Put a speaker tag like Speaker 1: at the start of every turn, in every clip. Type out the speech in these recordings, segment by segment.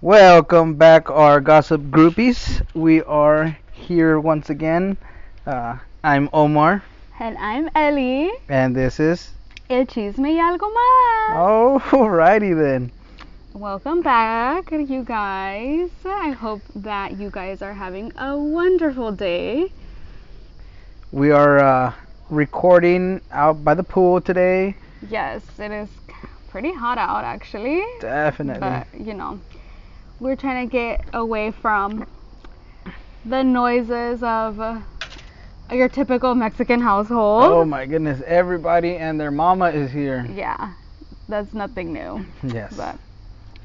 Speaker 1: Welcome back, our gossip groupies. We are here once again. Uh, I'm Omar,
Speaker 2: And I'm Ellie.
Speaker 1: and this is.
Speaker 2: El chisme y algo
Speaker 1: Oh.
Speaker 2: más.
Speaker 1: Alrighty then.
Speaker 2: Welcome back, you guys. I hope that you guys are having a wonderful day.
Speaker 1: We are uh, recording out by the pool today.
Speaker 2: Yes, it is pretty hot out actually.
Speaker 1: Definitely.
Speaker 2: But, you know, we're trying to get away from the noises of uh, your typical Mexican household.
Speaker 1: Oh my goodness, everybody and their mama is here.
Speaker 2: Yeah, that's nothing new.
Speaker 1: Yes.
Speaker 2: But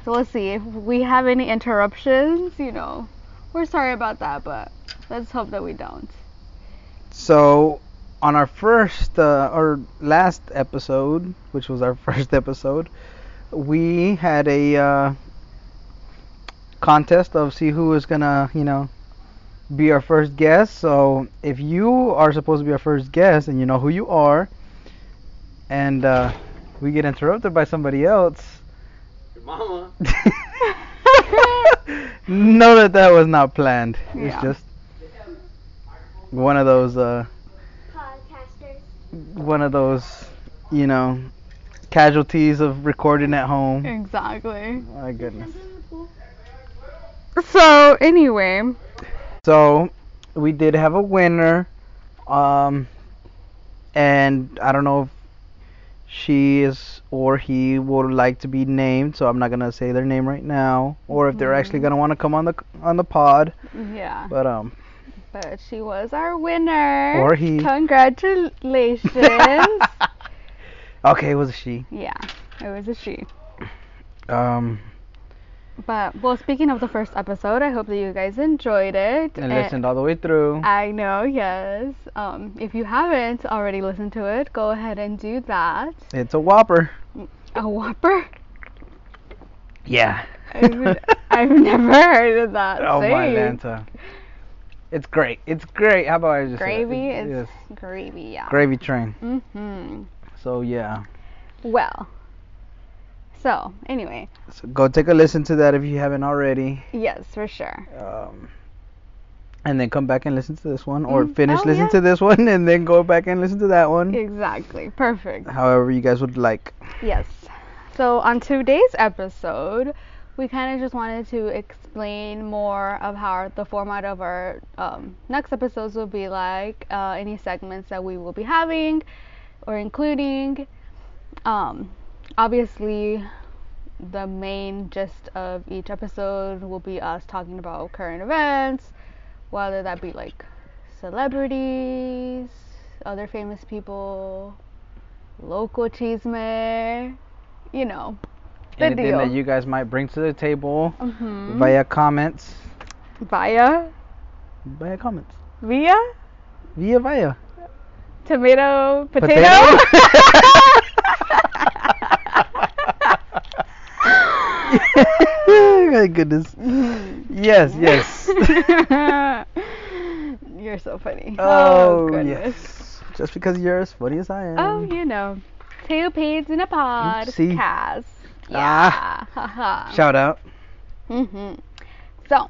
Speaker 2: so let's see if we have any interruptions. You know, we're sorry about that, but let's hope that we don't.
Speaker 1: So, on our first uh, or last episode, which was our first episode, we had a uh, contest of see who was gonna, you know, be our first guest. So, if you are supposed to be our first guest and you know who you are, and uh, we get interrupted by somebody else,
Speaker 3: Your mama.
Speaker 1: know that that was not planned. It's
Speaker 2: Yeah.
Speaker 1: just one of those. Uh,
Speaker 4: podcasters.
Speaker 1: one of those, you know, casualties of recording at home.
Speaker 2: Mm. Exactly.
Speaker 1: My goodness.
Speaker 2: So anyway,
Speaker 1: So we did have a winner, um, and I don't know if she is or he would like to be named, so I'm not gonna say their name right now, or if they're actually gonna want to come on the on the pod.
Speaker 2: yeah.
Speaker 1: But um,
Speaker 2: But she was our winner.
Speaker 1: Or he.
Speaker 2: Congratulations.
Speaker 1: okay, it was a she.
Speaker 2: yeah, it was a she.
Speaker 1: Um,
Speaker 2: But well, speaking of the first episode, I hope that you guys enjoyed it.
Speaker 1: and
Speaker 2: And-
Speaker 1: listened all the way through.
Speaker 2: I know, yes. Um, if you haven't already listened to it, go ahead and do that.
Speaker 1: It's a whopper.
Speaker 2: A Whopper?
Speaker 1: Yeah.
Speaker 2: I've, I've never heard of that.
Speaker 1: Oh my
Speaker 2: saying.
Speaker 1: Lanta. It's great. It's great. How about I just say it?
Speaker 2: Gravy
Speaker 1: It-
Speaker 2: is
Speaker 1: yes.
Speaker 2: gravy, yeah.
Speaker 1: gravy train.
Speaker 2: hmm
Speaker 1: So yeah.
Speaker 2: Well, so anyway,
Speaker 1: So go take a listen to that if you haven't already.
Speaker 2: yes, for sure.
Speaker 1: Um and then come back and listen to this one or
Speaker 2: Mm.
Speaker 1: finish
Speaker 2: Oh,
Speaker 1: listening
Speaker 2: yeah.
Speaker 1: to this one and then go back and listen to that one.
Speaker 2: Exactly. Perfect.
Speaker 1: However you guys would like.
Speaker 2: Yes. So on today's episode, we kind of just wanted to explain more of how the format of our um, next episodes will be like, uh, any segments that we will be having or including. Um, obviously, the main gist of each episode will be us talking about current events, whether that be like celebrities, other famous people, local chisme, you know. The
Speaker 1: Anything that
Speaker 2: deal.
Speaker 1: you guys might bring to the table
Speaker 2: Mm-hmm.
Speaker 1: via comments.
Speaker 2: Via?
Speaker 1: Via comments.
Speaker 2: Via?
Speaker 1: Via via.
Speaker 2: Tomato? Potato?
Speaker 1: My goodness. Yes, yes.
Speaker 2: You're so funny.
Speaker 1: Oh,
Speaker 2: goodness.
Speaker 1: yes. Just because you're as funny as I am.
Speaker 2: Oh, you know. Two peas in a pod.
Speaker 1: see?
Speaker 2: Cas. Yeah.
Speaker 1: Ah.
Speaker 2: Haha.
Speaker 1: Shout out.
Speaker 2: hmm So,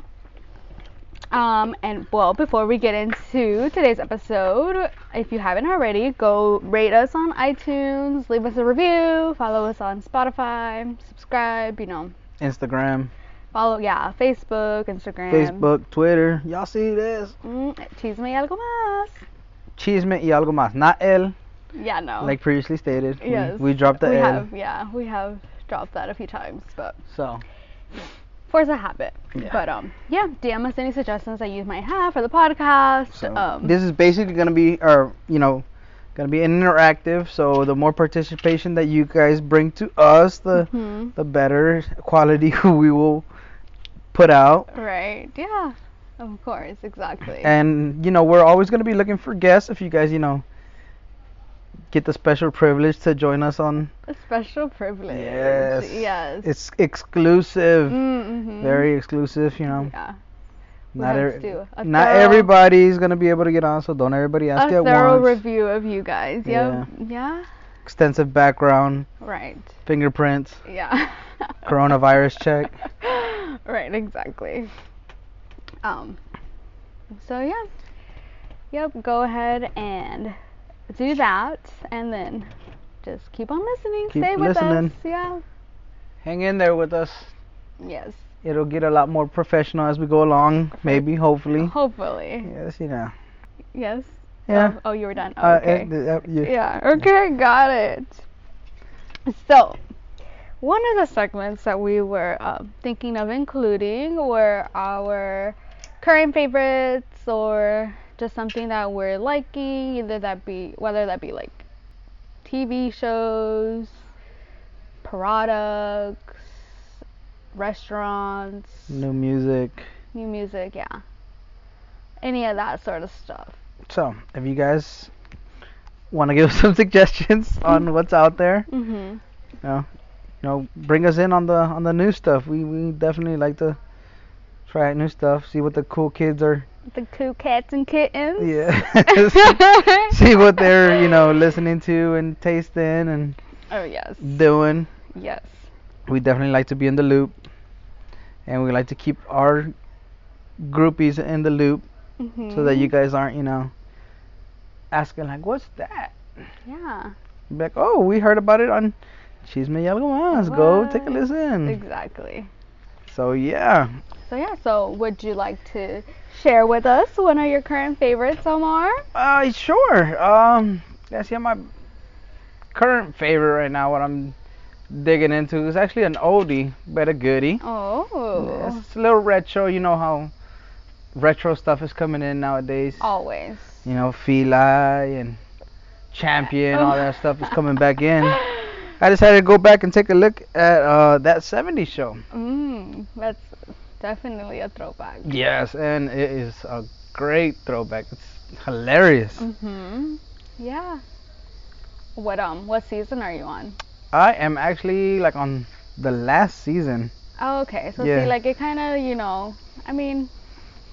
Speaker 2: um, and well, before we get into today's episode, if you haven't already, go rate us on iTunes, leave us a review, follow us on Spotify, subscribe, you know,
Speaker 1: Instagram,
Speaker 2: follow, yeah, Facebook, Instagram.
Speaker 1: Facebook, Twitter. Y'all see this?
Speaker 2: Mm, chisme y algo más.
Speaker 1: Chisme y algo más. Not el,
Speaker 2: Yeah, no.
Speaker 1: like previously stated. We-
Speaker 2: Oh. yes.
Speaker 1: We, dropped the
Speaker 2: we
Speaker 1: L.
Speaker 2: have, yeah, we have dropped that a few times, but
Speaker 1: So,
Speaker 2: force a habit.
Speaker 1: Yeah.
Speaker 2: But um, yeah, DM us any suggestions that you might have for the podcast.
Speaker 1: so
Speaker 2: um,
Speaker 1: this is basically going to be, or, you know, going to be interactive. So, the more participation that you guys bring to us, the,
Speaker 2: mhm.
Speaker 1: the better quality we will put out.
Speaker 2: Right. Yeah. Of course. Exactly.
Speaker 1: And you know, we're always gonna be looking for guests. If you guys, you know, get the special privilege to join us on,
Speaker 2: a special privilege.
Speaker 1: Yes.
Speaker 2: Yes.
Speaker 1: it's exclusive,
Speaker 2: mm-hmm.
Speaker 1: very exclusive. You know,
Speaker 2: Yeah. We
Speaker 1: not
Speaker 2: have
Speaker 1: every-
Speaker 2: to do a
Speaker 1: not
Speaker 2: thorough-
Speaker 1: everybody's gonna be able to get on, so don't everybody ask
Speaker 2: A
Speaker 1: at
Speaker 2: thorough
Speaker 1: once.
Speaker 2: review of you guys. Yep. Yeah.
Speaker 1: extensive background,
Speaker 2: Right.
Speaker 1: fingerprints,
Speaker 2: Yeah.
Speaker 1: coronavirus check.
Speaker 2: right, exactly. Um, so yeah. Yep, go ahead and do that and then just keep on listening.
Speaker 1: Keep
Speaker 2: Stay with
Speaker 1: listening.
Speaker 2: us. Yeah.
Speaker 1: Hang in there with us.
Speaker 2: Yes.
Speaker 1: It'll get a lot more professional as we go along, maybe, hopefully.
Speaker 2: Hopefully.
Speaker 1: Yes, you know.
Speaker 2: Yes.
Speaker 1: Yeah.
Speaker 2: Oh, oh, you were done.
Speaker 1: Uh, uh,
Speaker 2: okay.
Speaker 1: th- uh, yeah.
Speaker 2: Yeah, okay, got it. So, one of the segments that we were um, thinking of including were our current favorites or just something that we're liking, either that be whether that be like TV shows, products, restaurants,
Speaker 1: New music.
Speaker 2: new music, yeah. Any of that sort of stuff.
Speaker 1: So, if you guys want to give us some suggestions on what's out there,
Speaker 2: Mhm.
Speaker 1: you know, you know, bring us in on the on the new stuff. We we definitely like to try out new stuff. See what the cool kids are.
Speaker 2: The cool cats and kittens.
Speaker 1: Yeah. see what they're you know listening to and tasting and
Speaker 2: Oh yes.
Speaker 1: doing.
Speaker 2: Yes.
Speaker 1: We definitely like to be in the loop, and we like to keep our groupies in the loop
Speaker 2: Mm-hmm.
Speaker 1: so that you guys aren't you know asking like what's that.
Speaker 2: Yeah.
Speaker 1: Be like, oh, we heard about it on Chisme y Algo Más. Go take a
Speaker 2: What?
Speaker 1: listen.
Speaker 2: Exactly.
Speaker 1: So yeah,
Speaker 2: So yeah. So would you like to share with us one of your current favorites, Omar?
Speaker 1: uh, sure. Um, that's yeah my current favorite right now. What I'm digging into is actually an oldie but a goodie.
Speaker 2: Oh.
Speaker 1: It's a little retro. You know how retro stuff is coming in nowadays.
Speaker 2: Always.
Speaker 1: You know, Feli and Champion, all that stuff is coming back in. I decided to go back and take a look at uh, that 70s show.
Speaker 2: Mm, that's definitely a throwback.
Speaker 1: Yes, and it is a great throwback. It's hilarious.
Speaker 2: Mhm. Yeah. What um? What season are you on?
Speaker 1: I am actually like on the last season.
Speaker 2: Oh, okay. So
Speaker 1: Yeah.
Speaker 2: see, like it kind of, you know, I mean,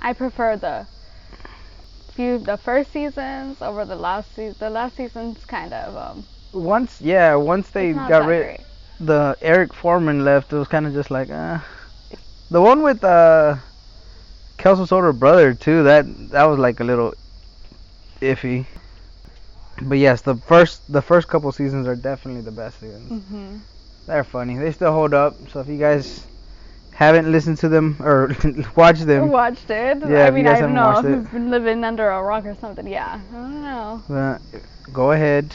Speaker 2: I prefer the few the first seasons over the last season. The last season's kind of um.
Speaker 1: Once, yeah, once they
Speaker 2: it's not
Speaker 1: got
Speaker 2: that
Speaker 1: rid,
Speaker 2: great.
Speaker 1: the Eric Foreman left. It was kind of just like, uh, the one with uh, Kelso's older brother too. That that was like a little iffy. But yes, the first the first couple seasons are definitely the best seasons.
Speaker 2: Mhm.
Speaker 1: They're funny. They still hold up. So if you guys haven't listened to them or watched them,
Speaker 2: Watched it.
Speaker 1: Yeah,
Speaker 2: I
Speaker 1: if
Speaker 2: mean,
Speaker 1: you guys
Speaker 2: I
Speaker 1: haven't
Speaker 2: don't know.
Speaker 1: watched
Speaker 2: If
Speaker 1: it.
Speaker 2: you've been living under a rock or something. Yeah. I don't know.
Speaker 1: Uh, go ahead,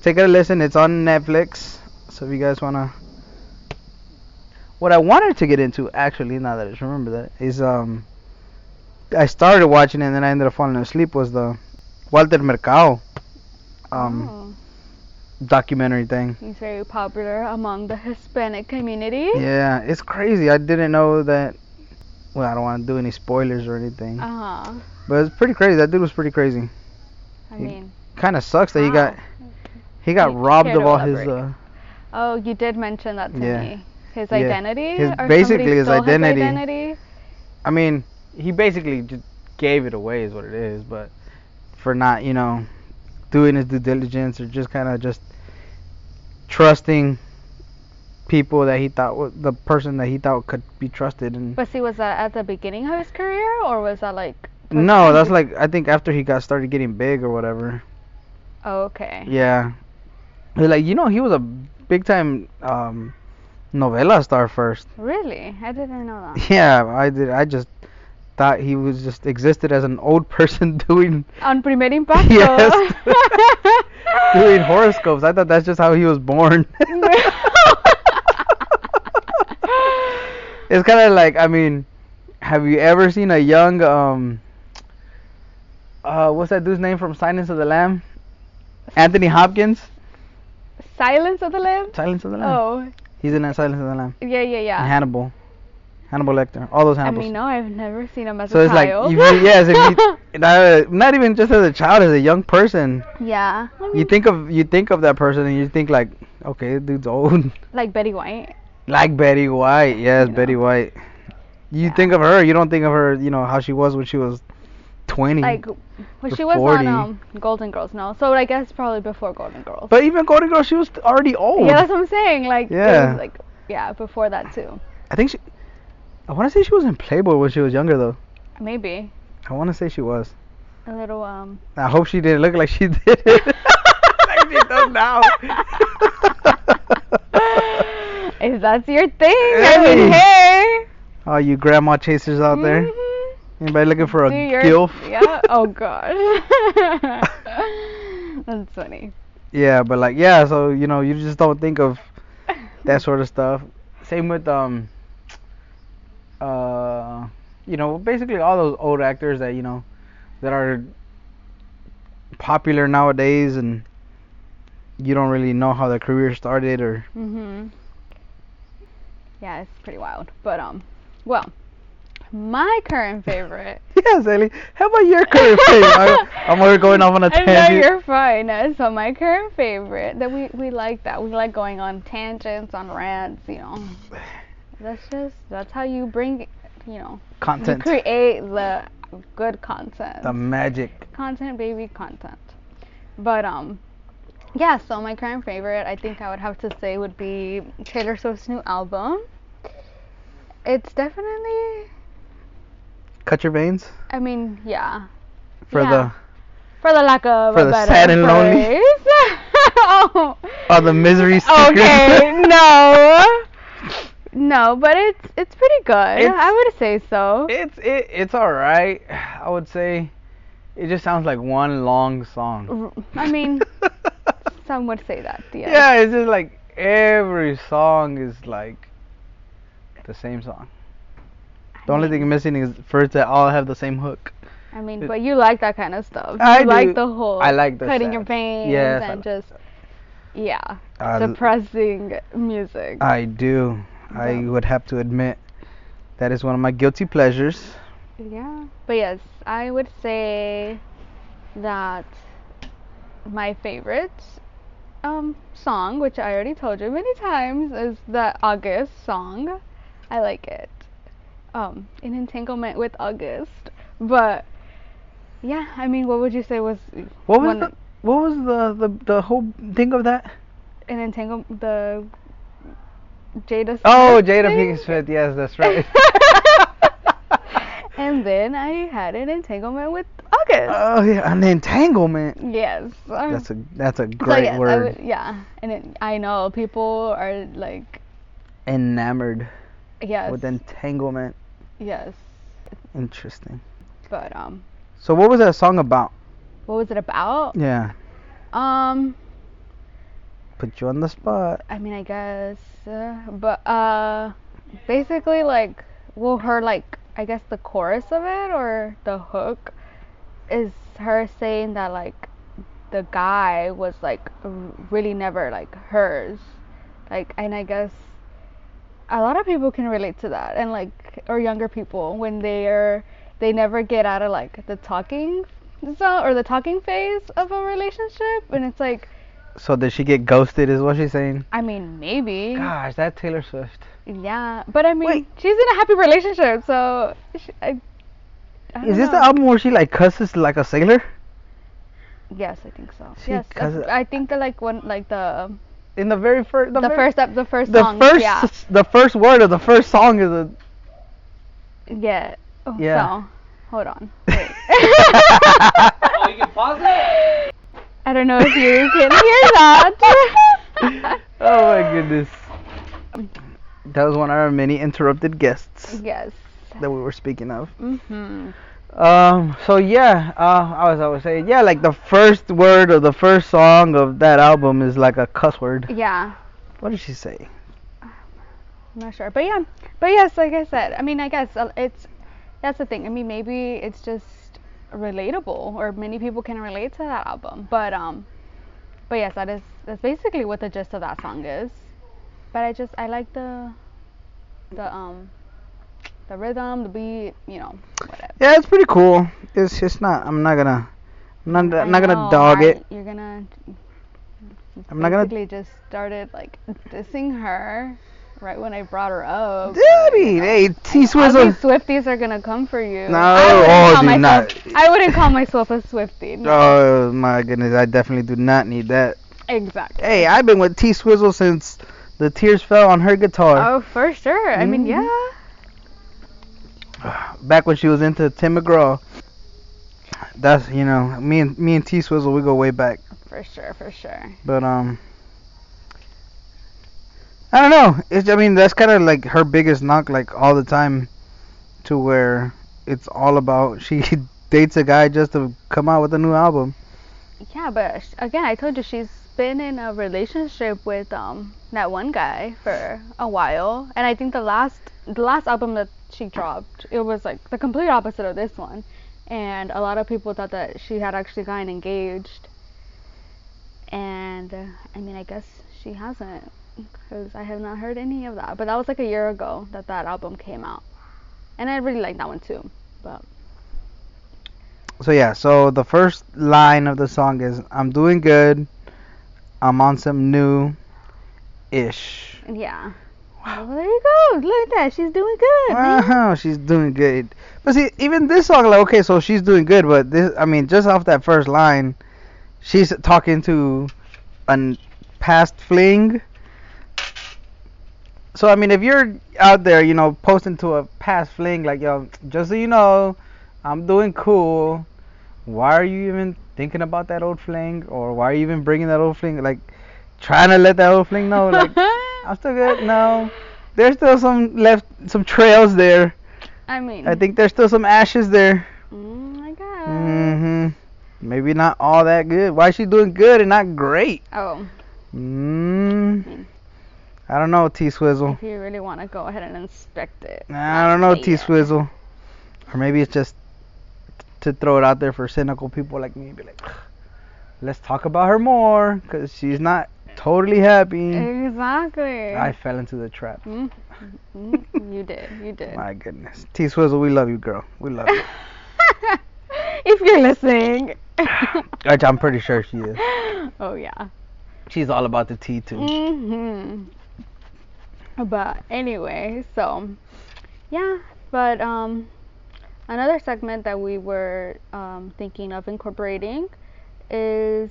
Speaker 1: take a listen. It's on Netflix. So if you guys wanna, what I wanted to get into actually, now that I just remember that, is um, I started watching it and then I ended up falling asleep. Was the Walter Mercado um documentary thing?
Speaker 2: Oh, he's very popular among the Hispanic community.
Speaker 1: Yeah, it's crazy. I didn't know that. Well, I don't want to do any spoilers or anything,
Speaker 2: Uh huh.
Speaker 1: but it's pretty crazy. That dude was pretty crazy.
Speaker 2: I
Speaker 1: He-
Speaker 2: mean,
Speaker 1: Kind of sucks that he
Speaker 2: Wow.
Speaker 1: got he got
Speaker 2: You
Speaker 1: robbed
Speaker 2: care
Speaker 1: of
Speaker 2: to
Speaker 1: all his.
Speaker 2: elaborate.
Speaker 1: Uh,
Speaker 2: oh, you did mention that to
Speaker 1: Yeah.
Speaker 2: me. His
Speaker 1: Yeah.
Speaker 2: identity.
Speaker 1: His-
Speaker 2: or somebody
Speaker 1: basically his
Speaker 2: stole
Speaker 1: identity.
Speaker 2: His identity.
Speaker 1: I mean, he basically just gave it away, is what it is. But for not, you know, doing his due diligence or just kind of just trusting people that he thought wa- the person that he thought could be trusted. And
Speaker 2: But see, was that at the beginning of his career, or was that like?
Speaker 1: no, that's like I think after he got started getting big or whatever.
Speaker 2: Oh, okay.
Speaker 1: Yeah, But, like you know, he was a big time um, novela star first.
Speaker 2: Really? I didn't know that.
Speaker 1: Yeah, I did. I just thought he was just existed as an old person doing
Speaker 2: On Primer Impacto.
Speaker 1: Yes. doing horoscopes. I thought that's just how he was born. it's kind of like I mean, have you ever seen a young um, uh, what's that dude's name from Silence of the Lamb? Anthony Hopkins.
Speaker 2: Silence of the Lambs.
Speaker 1: Silence of the Lamb.
Speaker 2: Oh,
Speaker 1: He's in that Silence of the Lamb.
Speaker 2: yeah, yeah,
Speaker 1: And
Speaker 2: yeah.
Speaker 1: Hannibal. Hannibal Lecter. All those
Speaker 2: Ah. I
Speaker 1: Hannibals.
Speaker 2: mean, no, I've never seen him as
Speaker 1: so
Speaker 2: a
Speaker 1: it's like,
Speaker 2: child.
Speaker 1: if you, yes, if you, not, not even just as a child, as a young person,
Speaker 2: yeah. I
Speaker 1: you
Speaker 2: mean,
Speaker 1: think of you think of that person and you think like, okay, this dude's old.
Speaker 2: like Betty White.
Speaker 1: Like Betty White, yes,
Speaker 2: You
Speaker 1: Betty
Speaker 2: know.
Speaker 1: White. You
Speaker 2: Yeah.
Speaker 1: think of her, you don't think of her, you know, how she was when she was twenty.
Speaker 2: Like
Speaker 1: Or
Speaker 2: when she was
Speaker 1: 40.
Speaker 2: on um Golden Girls, no. So I guess probably before Golden Girls.
Speaker 1: but even Golden Girl, she was already old.
Speaker 2: yeah, that's what I'm saying. Like it was,
Speaker 1: Yeah.
Speaker 2: like yeah, before that too.
Speaker 1: I think she. I want to say she was in Playboy when she was younger though.
Speaker 2: Maybe
Speaker 1: I want to say she was.
Speaker 2: a little um.
Speaker 1: I hope she didn't look like she did it. like she does now.
Speaker 2: if that's your thing, I mean,
Speaker 1: Hey.
Speaker 2: hey.
Speaker 1: All you grandma chasers out there.
Speaker 2: Mhm.
Speaker 1: Anybody looking for a
Speaker 2: Do your-
Speaker 1: gilf?
Speaker 2: Yeah. Oh gosh. That's funny.
Speaker 1: Yeah, but like yeah, so you know, you just don't think of that sort of stuff. Same with um uh you know, basically all those old actors that, you know, that are popular nowadays and you don't really know how their career started or
Speaker 2: Mhm. Yeah, it's pretty wild. But um, well, my current favorite.
Speaker 1: Yeah, Sally. How about your current favorite? I- I'm already going off on a
Speaker 2: I
Speaker 1: tangent.
Speaker 2: know you're fine. Uh, So my current favorite that we we like that we like going on tangents on rants. You know, that's just that's how you bring. You know,
Speaker 1: Content.
Speaker 2: you create the good content.
Speaker 1: the magic.
Speaker 2: content baby content but um yeah so my current favorite i think i would have to say would be taylor swift's new album it's definitely
Speaker 1: Cut your veins
Speaker 2: i mean yeah
Speaker 1: for
Speaker 2: Yeah. for the lack of
Speaker 1: For
Speaker 2: a
Speaker 1: the
Speaker 2: better
Speaker 1: sad and lonely.
Speaker 2: phrase. oh.
Speaker 1: the all the misery secrets.
Speaker 2: okay no no but it's it's pretty good
Speaker 1: It's-
Speaker 2: i would say so
Speaker 1: It's it it's all right. I would say it just sounds like one long song.
Speaker 2: R- i mean some would say that yeah
Speaker 1: yeah, it's just like every song is like the same song. The only thing missing is first they all have the same hook.
Speaker 2: I mean,
Speaker 1: It-
Speaker 2: but you like that kind of stuff.
Speaker 1: I
Speaker 2: you
Speaker 1: do.
Speaker 2: like the whole
Speaker 1: I like the
Speaker 2: cutting
Speaker 1: sad.
Speaker 2: your veins
Speaker 1: Yes, I
Speaker 2: and
Speaker 1: like
Speaker 2: just yeah,
Speaker 1: I l-
Speaker 2: depressing music.
Speaker 1: I do. I
Speaker 2: Yeah.
Speaker 1: would have to admit that is one of my guilty pleasures.
Speaker 2: yeah. But yes, I would say that my favorite um song, which I already told you many times, is the August song. I like it. Um, in entanglement with August, but yeah, I mean, what would you say was
Speaker 1: What was
Speaker 2: one-
Speaker 1: the what was the, the the whole thing of that?
Speaker 2: and entangle the Jada.
Speaker 1: Oh,
Speaker 2: Smith
Speaker 1: Jada
Speaker 2: thing.
Speaker 1: Pinkett Smith. Yes, that's right.
Speaker 2: and then I had an entanglement with August.
Speaker 1: oh yeah, an entanglement.
Speaker 2: yes. um,
Speaker 1: That's a that's a
Speaker 2: so
Speaker 1: great
Speaker 2: yes, I
Speaker 1: word.
Speaker 2: would- yeah, and it, I know people are like,
Speaker 1: Enamored
Speaker 2: yes,
Speaker 1: with entanglement.
Speaker 2: yes,
Speaker 1: Interesting.
Speaker 2: but um,
Speaker 1: So what was that song about?
Speaker 2: what was it about?
Speaker 1: Yeah,
Speaker 2: Um,
Speaker 1: put you on the spot.
Speaker 2: I mean, I guess, uh, but uh, basically like, well, her like, I guess the chorus of it or the hook is her saying that like the guy was like r- really never like hers, like, and I guess a lot of people can relate to that, and like, or younger people when they're they never get out of like the talking zone or the talking phase of a relationship, and it's like,
Speaker 1: So did she get ghosted? Is what she's saying?
Speaker 2: I mean, maybe.
Speaker 1: Gosh, that Taylor Swift.
Speaker 2: Yeah, but I mean,
Speaker 1: Wait.
Speaker 2: she's in a happy relationship, so she, I, I don't
Speaker 1: Is this
Speaker 2: know.
Speaker 1: the album where she like cusses like a sailor
Speaker 2: Yes, I think so.
Speaker 1: She
Speaker 2: yes, I-
Speaker 1: cuz-
Speaker 2: I think the like one like the
Speaker 1: in the very first?
Speaker 2: the,
Speaker 1: very-
Speaker 2: first up the first
Speaker 1: The
Speaker 2: song.
Speaker 1: first
Speaker 2: yeah,
Speaker 1: the first word of the first song is a.
Speaker 2: yeah. Oh,
Speaker 1: Yeah.
Speaker 2: So, hold on. Wait.
Speaker 3: Oh, you can pause it?
Speaker 2: I don't know if Oh, you can hear that.
Speaker 1: Oh my goodness. That was one of our many interrupted guests
Speaker 2: yes.
Speaker 1: that we were speaking of.
Speaker 2: Mhm.
Speaker 1: Um, so yeah, uh, I was I was saying yeah, like the first word of the first song of that album is like a cuss word.
Speaker 2: Yeah.
Speaker 1: What did she say?
Speaker 2: I'm not sure, but yeah, but yes, like I said, I mean, I guess uh, it's that's the thing. I mean, maybe it's just relatable, or many people can relate to that album. But um, but yes, that is that's basically what the gist of that song is. But I just I like the the um the rhythm, the beat, you know, whatever.
Speaker 1: Yeah, it's pretty cool. It's it's not. I'm not gonna. I'm not,
Speaker 2: I
Speaker 1: I'm not gonna
Speaker 2: know,
Speaker 1: dog
Speaker 2: right?
Speaker 1: it.
Speaker 2: You're gonna
Speaker 1: I'm not gonna.
Speaker 2: basically just started like dissing her right when I brought her up.
Speaker 1: Daddy, hey, T
Speaker 2: All
Speaker 1: Swizzle.
Speaker 2: these Swifties are gonna come for you.
Speaker 1: No,
Speaker 2: I wouldn't
Speaker 1: oh,
Speaker 2: call
Speaker 1: do
Speaker 2: myself-
Speaker 1: not.
Speaker 2: I wouldn't call myself a Swiftie. no.
Speaker 1: Oh my goodness, I definitely do not need that.
Speaker 2: Exactly.
Speaker 1: Hey, I've been with T Swizzle since the tears fell on her guitar.
Speaker 2: Oh, for sure. I mean,
Speaker 1: Mhm.
Speaker 2: yeah.
Speaker 1: Back when she was into Tim McGraw. That's you know, me and me and T Swizzle we go way back.
Speaker 2: For sure, for sure.
Speaker 1: But um I don't know. It's I mean that's kinda like her biggest knock like all the time to where it's all about she dates a guy just to come out with a new album.
Speaker 2: Yeah, but sh- again, I told you she's been in a relationship with um that one guy for a while, and I think the last the last album that she dropped, it was like the complete opposite of this one, and a lot of people thought that she had actually gotten engaged, and uh, I mean, I guess she hasn't, because I have not heard any of that. But that was like a year ago that that album came out, and I really like that one too. But
Speaker 1: So yeah, so the first line of the song is I'm doing good. I'm on some new ish.
Speaker 2: yeah. Well, there you go. Look at that. She's doing good. man.
Speaker 1: Wow, she's doing good. But see, even this song, like, okay, so she's doing good, but this, I mean, just off that first line, she's talking to an past fling. So I mean, if you're out there, you know, posting to a past fling, like, yo, just so you know, I'm doing cool. Why are you even thinking about that old fling, or why are you even bringing that old fling? Like, trying to let that old fling know, like, I'm still good. No, there's still some left, some trails there.
Speaker 2: I mean,
Speaker 1: I think there's still some ashes there.
Speaker 2: Mm, I guess.
Speaker 1: hmm Maybe not all that good. Why is she doing good and not great?
Speaker 2: Oh,
Speaker 1: Mm. I don't know, T Swizzle.
Speaker 2: if you really want to go ahead and inspect it.
Speaker 1: I don't know,
Speaker 2: Not
Speaker 1: T
Speaker 2: yet.
Speaker 1: Swizzle. Or maybe it's just to throw it out there for cynical people like me. Be like, let's talk about her more, cause she's not totally happy.
Speaker 2: Exactly.
Speaker 1: I fell into the trap.
Speaker 2: Mm, mm, you did. You did.
Speaker 1: My goodness, T Swizzle, we love you, girl. We love you.
Speaker 2: if you're listening.
Speaker 1: Which I'm pretty sure she is.
Speaker 2: oh yeah.
Speaker 1: She's all about the tea too.
Speaker 2: Mhm. Mm-hmm. But anyway, so yeah, but um another segment that we were um thinking of incorporating is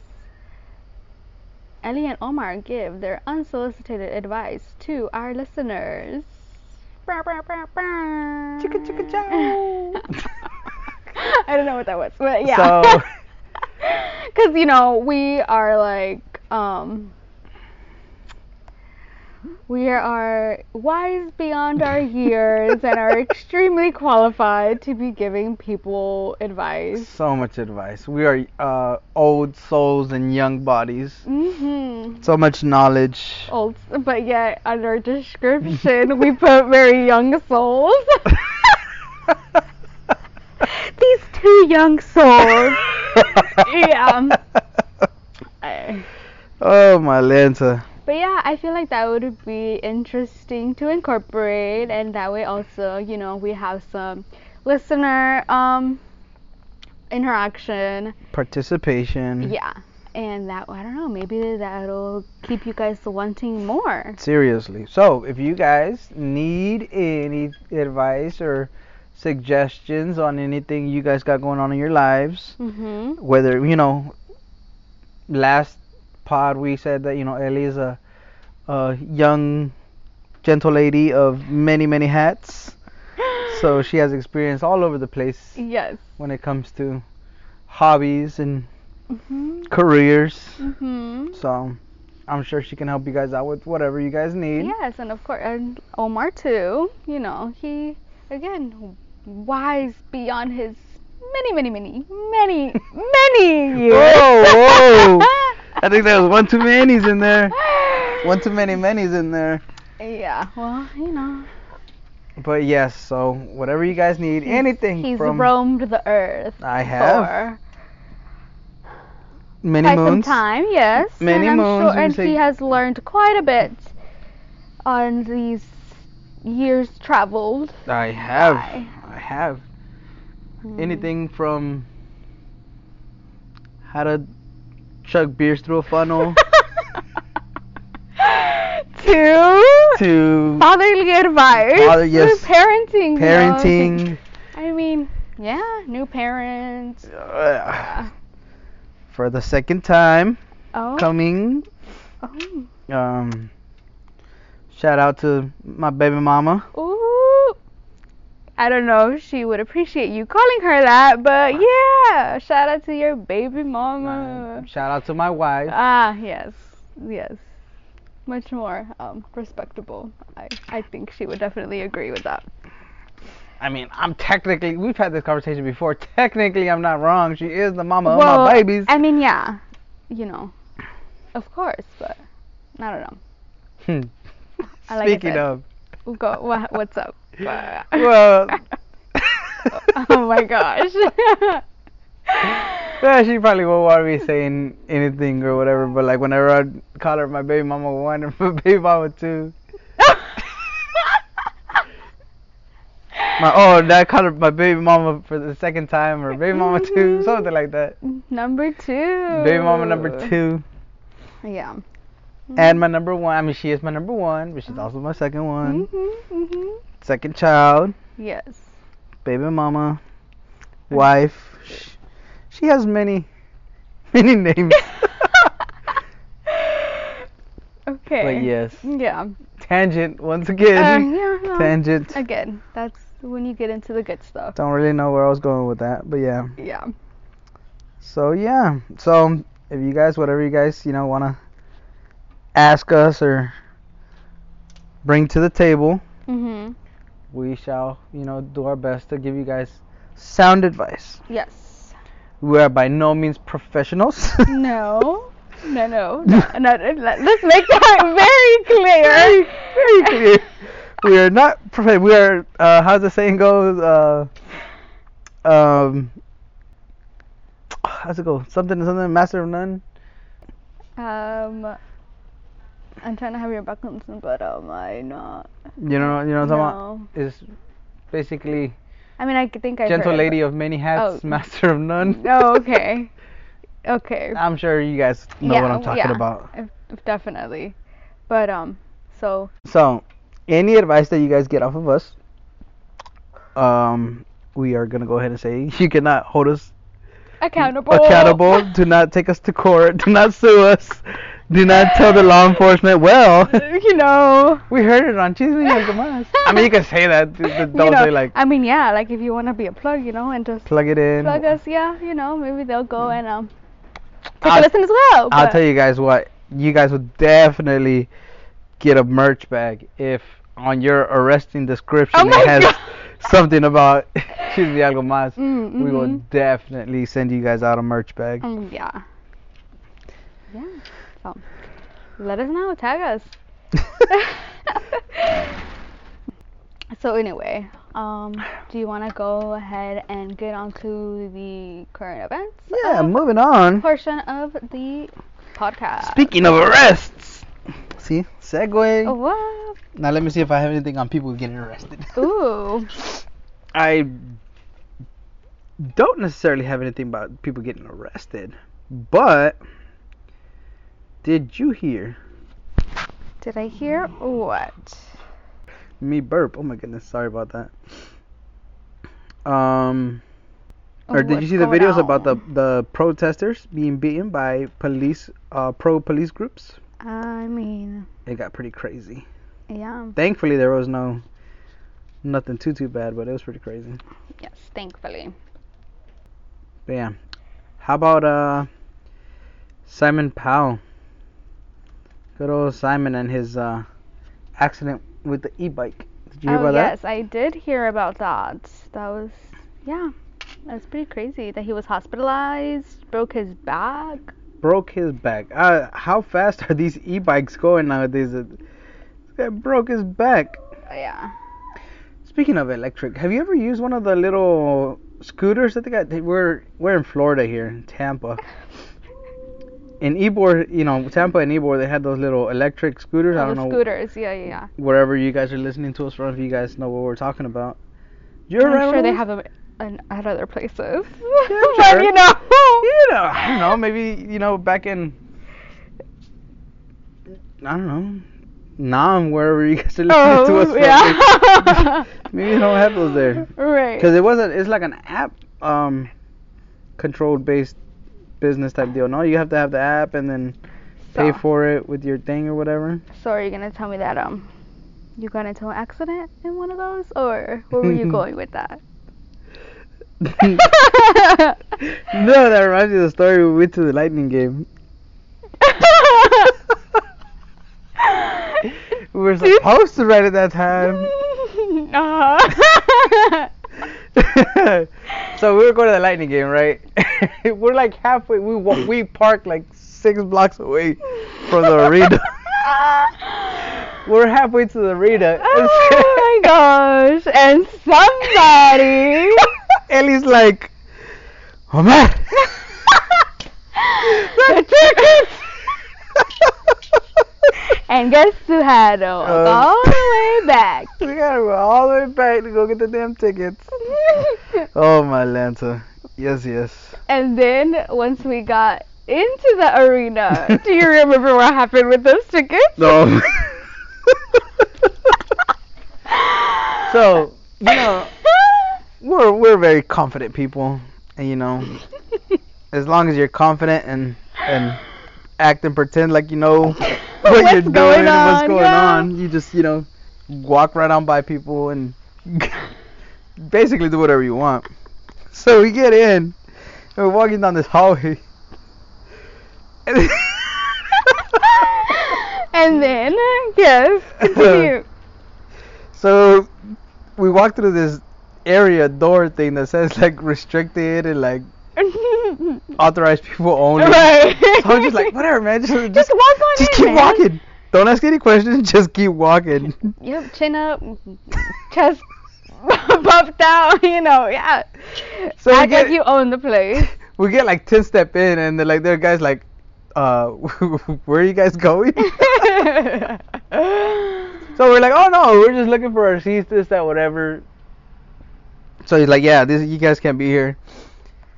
Speaker 2: Ellie and Omar give their unsolicited advice to our listeners. Chicka
Speaker 1: chicka chow.
Speaker 2: I don't know what that was, but yeah.
Speaker 1: So-
Speaker 2: Because, you know, we are like, um, we are wise beyond our years and are extremely qualified to be giving people advice.
Speaker 1: So much advice. We are uh, old souls and young bodies.
Speaker 2: hmm
Speaker 1: So much knowledge.
Speaker 2: Old, but yet under description we put very young souls. These two young souls. Yeah. I-
Speaker 1: Oh my Lanta.
Speaker 2: But yeah, I feel like that would be interesting to incorporate, and that way also, you know, we have some listener um interaction.
Speaker 1: Participation.
Speaker 2: Yeah, and that I don't know, maybe that'll keep you guys wanting more.
Speaker 1: Seriously. So, if you guys need any advice or suggestions on anything you guys got going on in your lives,
Speaker 2: Mhm.
Speaker 1: whether you know last pod we said that you know Ellie is a, a young gentle lady of many many hats so she has experience all over the place
Speaker 2: Yes.
Speaker 1: when it comes to hobbies and
Speaker 2: Mhm.
Speaker 1: careers
Speaker 2: Mhm.
Speaker 1: so I'm sure she can help you guys out with whatever you guys need
Speaker 2: Yes, and of course, and Omar too. You know, he again wise beyond his many, many, many, many, many years.
Speaker 1: Whoa, whoa. I think there was one too many's in there one too many many's in there
Speaker 2: Yeah, well, you know.
Speaker 1: but yes so whatever you guys need anything
Speaker 2: He's
Speaker 1: from
Speaker 2: roamed the earth
Speaker 1: I have
Speaker 2: for
Speaker 1: many
Speaker 2: quite
Speaker 1: moons
Speaker 2: some time, yes.
Speaker 1: Many
Speaker 2: and
Speaker 1: moons,
Speaker 2: I'm
Speaker 1: you
Speaker 2: sure, and
Speaker 1: say-
Speaker 2: he has learned quite a bit on these years traveled.
Speaker 1: I have.
Speaker 2: Why?
Speaker 1: I have.
Speaker 2: Mm.
Speaker 1: Anything from how to chug beers through a funnel
Speaker 2: Two
Speaker 1: to
Speaker 2: Fatherly advice.
Speaker 1: Father- yes.
Speaker 2: Parenting. you know.
Speaker 1: parenting.
Speaker 2: I mean, yeah, new parents.
Speaker 1: uh, for the second time
Speaker 2: Oh.
Speaker 1: coming.
Speaker 2: oh.
Speaker 1: Um, shout out to my baby mama.
Speaker 2: Ooh. I don't know if she would appreciate you calling her that, but yeah, shout out to your baby mama.
Speaker 1: Um, shout out to my wife.
Speaker 2: Ah, yes, yes. Much more um, respectable. I, I think she would definitely agree with that.
Speaker 1: I mean, I'm technically we've had this conversation before. Technically, I'm not wrong. She is the mama
Speaker 2: Well,
Speaker 1: of my babies.
Speaker 2: I mean, yeah, you know, of course, but I don't know.
Speaker 1: Hmm.
Speaker 2: I like it
Speaker 1: Speaking
Speaker 2: then.
Speaker 1: of,
Speaker 2: We'll Go, wha- what's up? But-
Speaker 1: well,
Speaker 2: oh my gosh.
Speaker 1: Yeah, she probably won't want me saying anything or whatever, but like whenever I call her my baby mama one and my baby mama two, my oh, and I call her my baby mama for the second time or baby mama two, something like that.
Speaker 2: number two.
Speaker 1: Baby mama
Speaker 2: Uh.
Speaker 1: number two
Speaker 2: Yeah.
Speaker 1: and my number one. I mean, she is my number one, but she's also my second one,
Speaker 2: Mhm, mhm.
Speaker 1: second child,
Speaker 2: Yes.
Speaker 1: baby mama, wife. She, she has many, many names.
Speaker 2: Okay.
Speaker 1: But yes,
Speaker 2: Yeah.
Speaker 1: tangent once
Speaker 2: Uh,
Speaker 1: again.
Speaker 2: yeah, no.
Speaker 1: tangent.
Speaker 2: Again, that's when you get into the good stuff.
Speaker 1: Don't really know where I was going with that, but yeah.
Speaker 2: Yeah.
Speaker 1: So yeah. So if you guys, whatever you guys, you know, wanna ask us or bring to the table,
Speaker 2: Mm-hmm.
Speaker 1: we shall, you know, do our best to give you guys sound advice.
Speaker 2: Yes.
Speaker 1: We are by no means professionals.
Speaker 2: No. No, no. no, no, no, let- Let's make that very clear.
Speaker 1: Very clear. we are not profe- we are uh how's the saying goes uh um how's it go something something master of none
Speaker 2: Um, I'm trying to have your back on something, but um, I not.
Speaker 1: you know you know what I'm talking about?
Speaker 2: No.
Speaker 1: is basically
Speaker 2: I mean, I think I.
Speaker 1: gentle lady of many hats
Speaker 2: Oh.
Speaker 1: master of none
Speaker 2: Oh, okay. Okay.
Speaker 1: i'm sure you guys know what i'm
Speaker 2: w-
Speaker 1: talking
Speaker 2: yeah,
Speaker 1: about
Speaker 2: if- Definitely. But um, so
Speaker 1: so any advice that you guys get off of us um we are gonna go ahead and say you cannot hold us
Speaker 2: accountable.
Speaker 1: accountable. Do not take us to court. Do not sue us. Do not tell the law enforcement. Well,
Speaker 2: you know.
Speaker 1: we heard it on Chisme y Algo Más. I mean, you can say that. d- d- Don't
Speaker 2: you know,
Speaker 1: say like
Speaker 2: I mean, yeah. Like if you want to be a plug, you know, and just
Speaker 1: plug it in.
Speaker 2: plug us, yeah. You know, maybe they'll go and um, take
Speaker 1: I'll-
Speaker 2: a listen as well.
Speaker 1: I'll
Speaker 2: but-
Speaker 1: tell you guys what. You guys would definitely get a merch bag if on your arresting description
Speaker 2: Oh my
Speaker 1: it has
Speaker 2: God.
Speaker 1: something about Chisme y Algo Más.
Speaker 2: Mm,
Speaker 1: We will
Speaker 2: mhm.
Speaker 1: definitely send you guys out a merch bag.
Speaker 2: Um, yeah. Yeah. So, let us know. Tag us. so anyway, um, do you want to go ahead and get onto the current events?
Speaker 1: yeah,
Speaker 2: of-
Speaker 1: moving on.
Speaker 2: portion of the podcast.
Speaker 1: Speaking of arrests, see, segue.
Speaker 2: Oh, what?
Speaker 1: Now let me see if I have anything on people getting arrested.
Speaker 2: Ooh.
Speaker 1: I don't necessarily have anything about people getting arrested, but did you hear
Speaker 2: Did I hear what?
Speaker 1: me burp? Oh my goodness, sorry about that. Um, or did you
Speaker 2: What's
Speaker 1: see the
Speaker 2: Oh, going
Speaker 1: videos about the
Speaker 2: on?
Speaker 1: the protesters being beaten by police, uh, pro police groups?
Speaker 2: I mean,
Speaker 1: It got pretty crazy.
Speaker 2: yeah.
Speaker 1: Thankfully, there was no nothing too too bad, but it was pretty crazy.
Speaker 2: Yes, thankfully.
Speaker 1: But yeah. How about uh Simon Powell? Good old Simon and his uh accident with the e bike. Did you hear
Speaker 2: oh
Speaker 1: about
Speaker 2: yes, I did hear about that. That was, yeah, that's pretty crazy. That he was hospitalized, broke his back.
Speaker 1: that? Broke his back. Uh how fast are these e bikes going nowadays? This guy broke his back.
Speaker 2: Oh, Yeah.
Speaker 1: Speaking of electric, have you ever used one of the little scooters that they got? They we're we're in Florida here, in Tampa. In Ybor, you know, Tampa and Ybor, they had those little electric scooters. I
Speaker 2: Oh,
Speaker 1: don't
Speaker 2: the
Speaker 1: know
Speaker 2: scooters. Yeah, yeah, yeah.
Speaker 1: wherever you guys are listening to us from, if you guys know what we're talking about. You ever
Speaker 2: I'm
Speaker 1: ride
Speaker 2: sure
Speaker 1: one
Speaker 2: they
Speaker 1: of
Speaker 2: have them in, at other places.
Speaker 1: Yeah,
Speaker 2: but
Speaker 1: sure.
Speaker 2: you know.
Speaker 1: those? You know, I don't know. Maybe you know back in. I don't know. now I'm wherever you guys are listening to us.
Speaker 2: Oh,
Speaker 1: from.
Speaker 2: yeah.
Speaker 1: Maybe they don't have those there.
Speaker 2: Right.
Speaker 1: Because it wasn't. It's like an app, um, controlled based business type deal. No, you have to have the app and then pay
Speaker 2: So-
Speaker 1: for it with your thing or whatever.
Speaker 2: So are you gonna tell me that um you got into an accident in one of those or where were you going with that?
Speaker 1: No, that reminds me of the story we went to the lightning game. We were
Speaker 2: Dude.
Speaker 1: supposed to ride at that time.
Speaker 2: Uh-huh.
Speaker 1: so we were going to the lightning game, right? we're like halfway. We wa- we parked like six blocks away from the arena. we're halfway to the arena.
Speaker 2: oh my gosh. And somebody
Speaker 1: Ellie's like, oh man.
Speaker 2: the tickets And guess who had to walk
Speaker 1: Uh,
Speaker 2: all the way back?
Speaker 1: we gotta go all the way back to go get the damn tickets. Oh my Lanta. Yes, yes.
Speaker 2: and then once we got into the arena, do you remember what happened with those tickets?
Speaker 1: No. so you know we're we're very confident people, and you know as long as you're confident and and act and pretend like you know what
Speaker 2: What's
Speaker 1: you're doing
Speaker 2: going
Speaker 1: and what's
Speaker 2: on,
Speaker 1: going
Speaker 2: yeah.
Speaker 1: on, you just you know walk right on by people and basically do whatever you want. So we get in, and we're walking down this hallway. And
Speaker 2: and then, yes, continue.
Speaker 1: So we walk through this area door thing that says like restricted and like authorized people only.
Speaker 2: right.
Speaker 1: So I'm just like, whatever, man. Just, just,
Speaker 2: Just walk on
Speaker 1: just
Speaker 2: in,
Speaker 1: keep
Speaker 2: man.
Speaker 1: walking. Don't ask any questions. Just keep walking.
Speaker 2: Yep, chin up, chest puffed out, you know, yeah.
Speaker 1: So we
Speaker 2: Act
Speaker 1: get-
Speaker 2: like you own the place.
Speaker 1: we get like ten step in, and they're like, there are guys like, uh, where are you guys going? so we're like, oh no, we're just looking for our seats, this, that, whatever. So he's like, yeah, this you guys can't be here.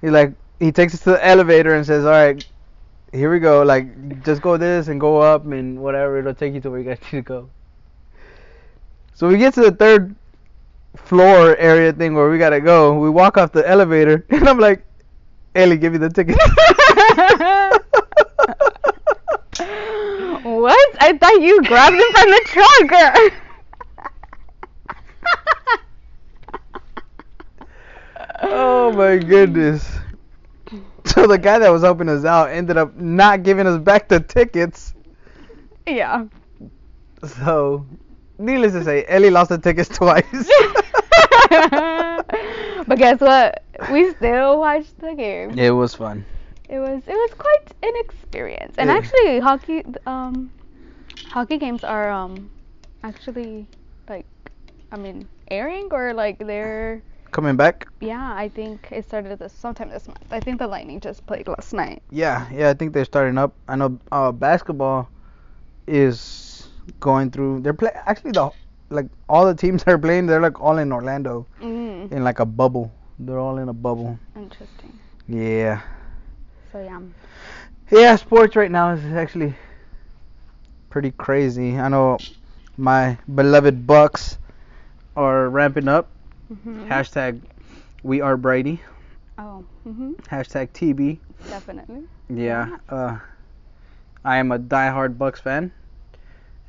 Speaker 1: He's like, he takes us to the elevator and says, all right, here we go. Like, just go this and go up and whatever. It'll take you to where you guys need to go. So we get to the third floor area thing where we gotta go. We walk off the elevator, and I'm like, Ellie, give me the ticket.
Speaker 2: what? I thought you grabbed it from the trucker.
Speaker 1: Oh my goodness. So the guy that was helping us out ended up not giving us back the tickets.
Speaker 2: Yeah.
Speaker 1: So, needless to say, Ellie lost the tickets twice.
Speaker 2: but guess what? We still watched the game.
Speaker 1: it was fun.
Speaker 2: It was it was quite an experience. And
Speaker 1: Yeah.
Speaker 2: actually, hockey um, hockey games are um, actually like, I mean, airing or like they're
Speaker 1: Coming back?
Speaker 2: yeah. I think it started this sometime this month. I think the Lightning just played last night.
Speaker 1: Yeah, yeah, I think they're starting up. I know uh, basketball is going through. They're play actually the like all the teams are playing. They're like all in Orlando
Speaker 2: Mm.
Speaker 1: in like a bubble. They're all in a bubble.
Speaker 2: Interesting.
Speaker 1: Yeah.
Speaker 2: So yeah.
Speaker 1: Yeah, sports right now is actually pretty crazy. I know my beloved Bucks are ramping up. Mm-hmm.
Speaker 2: Mhm.
Speaker 1: Hashtag we are Brady.
Speaker 2: Oh. Mhm.
Speaker 1: Hashtag TB.
Speaker 2: Definitely.
Speaker 1: Yeah. Uh, I am a diehard Bucks fan,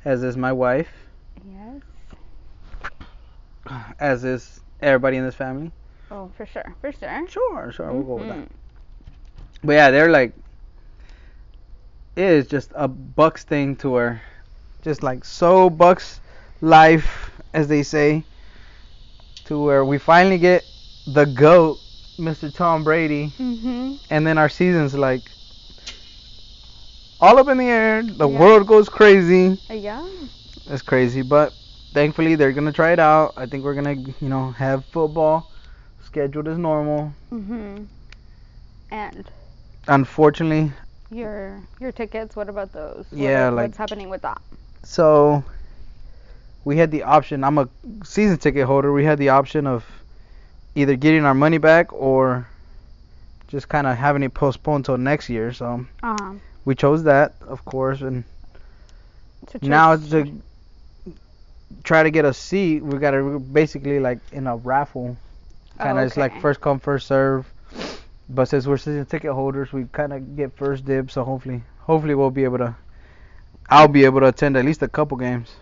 Speaker 1: as is my wife,
Speaker 2: Yes.
Speaker 1: as is everybody in this family. Mm-hmm.
Speaker 2: Oh, for sure. For sure.
Speaker 1: Sure, sure, we'll go with that.
Speaker 2: Mhm.
Speaker 1: But yeah, they're like, it is just a Bucks thing to where, just like so Bucks life, as they say, to where we finally get the GOAT, Mr. Tom Brady,
Speaker 2: Mhm.
Speaker 1: and then our season's like all up in the air. The
Speaker 2: Yeah.
Speaker 1: world goes crazy.
Speaker 2: Uh, Yeah.
Speaker 1: It's crazy, but thankfully they're gonna try it out. I think we're gonna, you know, have football scheduled as normal.
Speaker 2: Mhm. And
Speaker 1: Unfortunately,
Speaker 2: your your tickets. What about those? What
Speaker 1: Yeah,
Speaker 2: are-
Speaker 1: like-
Speaker 2: what's happening with that?
Speaker 1: so we had the option i'm a season ticket holder we had the option of either getting our money back or just kind of having it postponed till next year so
Speaker 2: Uh huh.
Speaker 1: we chose that of course and now it's a try to get a seat, we got to basically like in a raffle. Kind of it's like
Speaker 2: Oh, Okay.
Speaker 1: first come, first serve. But since we're season ticket holders, we kind of get first dibs. So hopefully, hopefully we'll be able to. I'll be able to attend at least a couple games.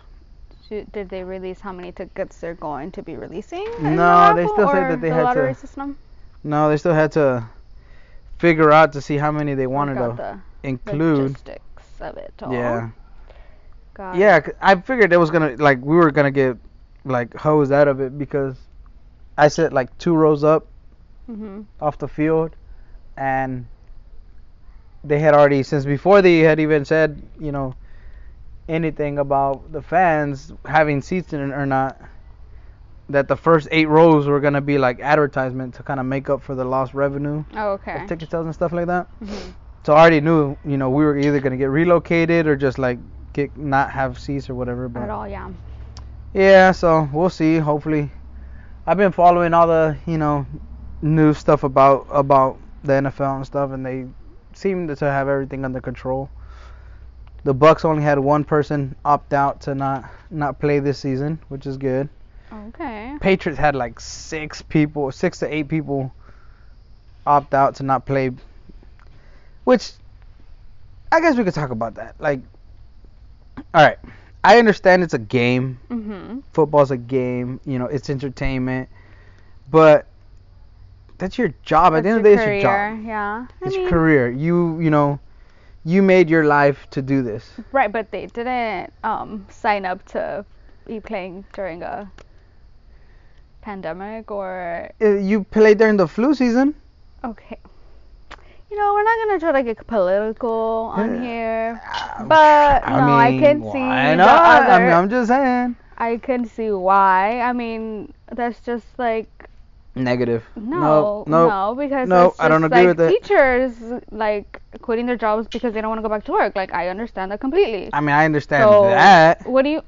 Speaker 2: Do- Did they release how many tickets they're going to be releasing? in the
Speaker 1: No, they
Speaker 2: raffle
Speaker 1: still said
Speaker 2: or
Speaker 1: that they
Speaker 2: the
Speaker 1: had to-
Speaker 2: lottery system?
Speaker 1: No, they still had to figure out to see how many they wanted
Speaker 2: Work out
Speaker 1: to
Speaker 2: the
Speaker 1: include.
Speaker 2: logistics of it all.
Speaker 1: Yeah.
Speaker 2: Got it.
Speaker 1: Yeah, 'cause I figured it was gonna like we were gonna get like hosed out of it because I sit like two rows up
Speaker 2: Mhm.
Speaker 1: off the field, and they had already since before they had even said you know anything about the fans having seats in it or not that the first eight rows were gonna be like advertisement to kind of make up for the lost revenue
Speaker 2: Oh,
Speaker 1: of
Speaker 2: okay.
Speaker 1: ticket sales and stuff like that.
Speaker 2: Mhm.
Speaker 1: So I already knew you know we were either gonna get relocated or just like get not have seats or whatever. But
Speaker 2: At all, yeah.
Speaker 1: yeah, so we'll see. Hopefully, I've been following all the you know new stuff about about the NFL and stuff, and they seem to have everything under control. The Bucks only had one person opt out to not not play this season, which is good.
Speaker 2: Okay.
Speaker 1: Patriots had like six people, six to eight people opt out to not play, which I guess we could talk about that. Like, all right, I understand it's a game
Speaker 2: Mhm.
Speaker 1: football's a game, you know, it's entertainment. But that's your job. At the end of
Speaker 2: That's
Speaker 1: the day,
Speaker 2: your
Speaker 1: it's your
Speaker 2: career,
Speaker 1: job.
Speaker 2: Yeah. I
Speaker 1: it's
Speaker 2: mean,
Speaker 1: your career. You, you know, you made your life to do this.
Speaker 2: Right, but they didn't um, sign up to be playing during a pandemic or
Speaker 1: Uh, You played during the flu season.
Speaker 2: okay. You know, we're not gonna try to get political on
Speaker 1: Yeah.
Speaker 2: here,
Speaker 1: Uh,
Speaker 2: but no, I
Speaker 1: mean,
Speaker 2: can see
Speaker 1: why
Speaker 2: the
Speaker 1: not? I
Speaker 2: other-
Speaker 1: mean, I'm just saying.
Speaker 2: I can see why. I mean, that's just like
Speaker 1: Negative.
Speaker 2: no,
Speaker 1: Nope, nope.
Speaker 2: no, because
Speaker 1: no,
Speaker 2: it's
Speaker 1: I don't
Speaker 2: just,
Speaker 1: agree
Speaker 2: like
Speaker 1: with it.
Speaker 2: teachers like quitting their jobs because they don't want to go back to work. Like I understand that completely.
Speaker 1: I mean, I understand
Speaker 2: so
Speaker 1: that,
Speaker 2: what do you?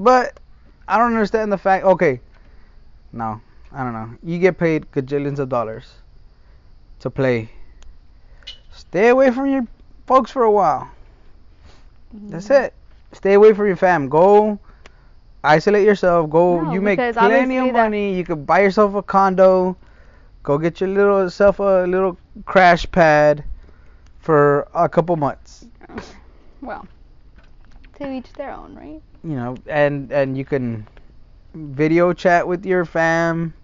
Speaker 1: but I don't understand the fact. Okay, no, I don't know. You get paid gajillions of dollars to play. Stay away from your folks for a while. That's it. Stay away from your fam. Go isolate yourself. Go.
Speaker 2: No,
Speaker 1: you make
Speaker 2: because
Speaker 1: plenty
Speaker 2: obviously
Speaker 1: of
Speaker 2: that-
Speaker 1: money. You could buy yourself a condo. Go get your little self a little crash pad for a couple months.
Speaker 2: Well, to each their own, right?
Speaker 1: You know, and and you can video chat with your fam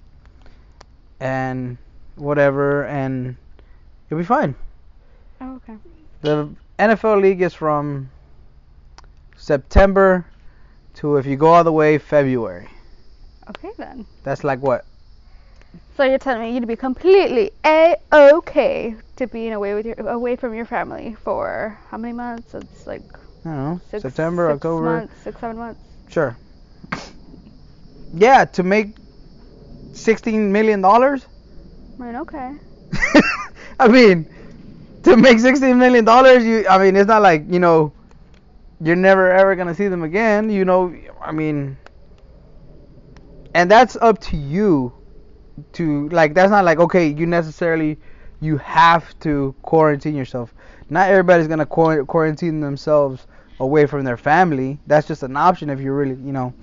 Speaker 1: and whatever, and you'll be fine.
Speaker 2: Oh, okay.
Speaker 1: The NFL league is from September to if you go all the way February.
Speaker 2: Okay then.
Speaker 1: That's like what?
Speaker 2: So you're telling me you'd be completely a okay to being away with your away from your family for how many months? It's like
Speaker 1: I don't know.
Speaker 2: six,
Speaker 1: September,
Speaker 2: six
Speaker 1: October.
Speaker 2: months, six seven months.
Speaker 1: Sure. Yeah, to make sixteen million dollars.
Speaker 2: I mean, okay.
Speaker 1: I mean, to make sixteen million dollars, you. I mean, it's not like you know, you're never ever gonna see them again. You know, I mean, and that's up to you. To like, that's not like okay, you necessarily, you have to quarantine yourself. Not everybody's gonna quar- quarantine themselves away from their family. That's just an option if you really, you know,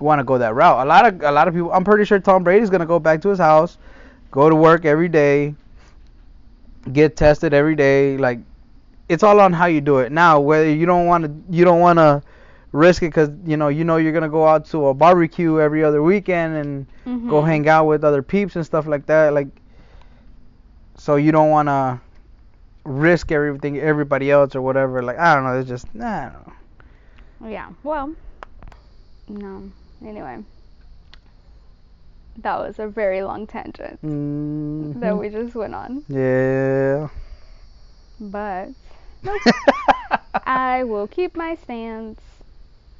Speaker 1: want to go that route. A lot of a lot of people. I'm pretty sure Tom Brady's gonna go back to his house, go to work every day, get tested every day. Like, it's all on how you do it. Now, whether you don't want to, you don't want to risk it because you know you know you're gonna go out to a barbecue every other weekend and go
Speaker 2: Mhm.
Speaker 1: hang out with other peeps and stuff like that. Like, so you don't want to risk everything everybody else or whatever. Like, I don't know. It's just nah. I don't know.
Speaker 2: Yeah. Well. No. Anyway. That was a very long tangent
Speaker 1: Mm-hmm.
Speaker 2: that
Speaker 1: Mhm.
Speaker 2: we just went on,
Speaker 1: Yeah.
Speaker 2: but I will keep my stance,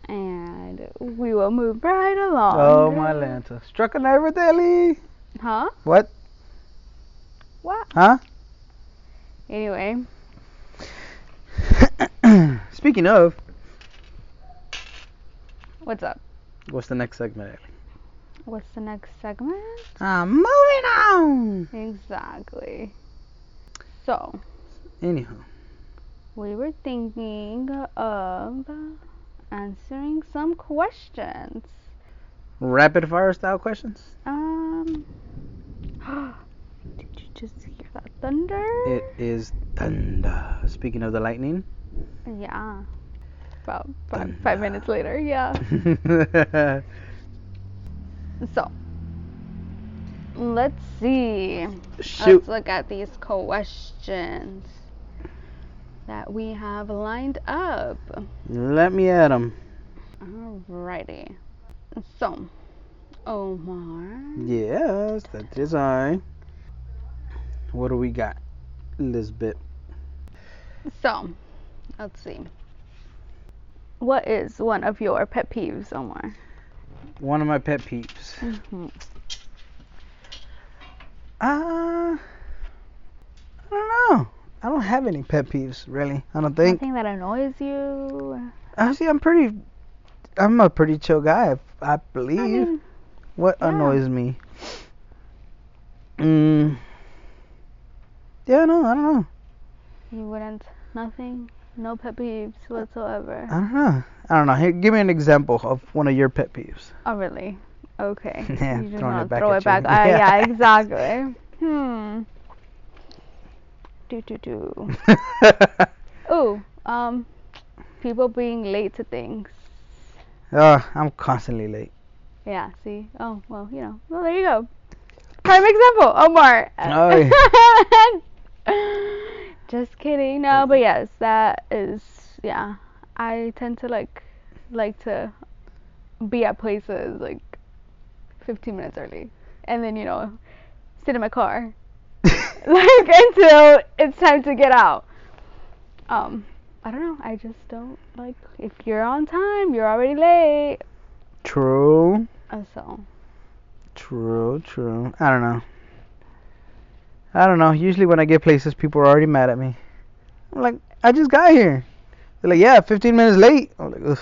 Speaker 2: and we will move right along.
Speaker 1: oh my Lanta. Struck a nerve with Ellie.
Speaker 2: Huh?
Speaker 1: What?
Speaker 2: What?
Speaker 1: Huh?
Speaker 2: Anyway.
Speaker 1: Speaking of,
Speaker 2: What's up?
Speaker 1: what's the next segment? Ellie?
Speaker 2: What's the next segment?
Speaker 1: I'm Uh, moving on.
Speaker 2: Exactly. So,
Speaker 1: Anyhow,
Speaker 2: we were thinking of answering some questions.
Speaker 1: Rapid fire style questions?
Speaker 2: Um, did you just hear that thunder?
Speaker 1: It is thunder. Speaking of the lightning,
Speaker 2: Yeah. About five,
Speaker 1: Thunder.
Speaker 2: five minutes later, yeah. So, let's see.
Speaker 1: shoot.
Speaker 2: Let's look at these questions that we have lined up.
Speaker 1: Let me at him.
Speaker 2: Alrighty. So, Omar,
Speaker 1: Yes, that is I. What do we got? Lisbeth.
Speaker 2: So, let's see. What is one of your pet peeves, Omar?
Speaker 1: One of my pet peeves.
Speaker 2: Mhm.
Speaker 1: Uh, I don't know. I don't have any pet peeves, really. I don't think.
Speaker 2: Something that annoys you?
Speaker 1: Actually, I'm pretty. I'm a pretty chill guy, I
Speaker 2: I
Speaker 1: believe.
Speaker 2: mean,
Speaker 1: What
Speaker 2: Yeah.
Speaker 1: annoys me? Mm. Yeah, no, I don't know.
Speaker 2: you wouldn't, nothing, no pet peeves whatsoever.
Speaker 1: I don't know. I don't know. Here, give me an example of one of your pet peeves.
Speaker 2: Oh, really? Okay.
Speaker 1: Yeah,
Speaker 2: you just
Speaker 1: throwing it
Speaker 2: wanna
Speaker 1: back
Speaker 2: throw
Speaker 1: at
Speaker 2: it back.
Speaker 1: you.
Speaker 2: Uh,
Speaker 1: Yeah.
Speaker 2: yeah, exactly. Hmm. Do do do. Ooh, um, people being late to things.
Speaker 1: oh, I'm constantly late.
Speaker 2: Yeah. See. Oh, well, you know. Well, there you go. Prime example, Omar. just kidding. No, but yes, that is. Yeah, I tend to like, like to, be at places like, 15 minutes early, and then you know, sit in my car like until it's time to get out. Um, I don't know. I just don't like if you're on time, you're already late.
Speaker 1: True,
Speaker 2: Uh, So
Speaker 1: true, true. I don't know. I don't know. Usually when I get places, people are already mad at me. I'm like, I just got here. They're like, yeah, 15 minutes late. I'm like, ugh.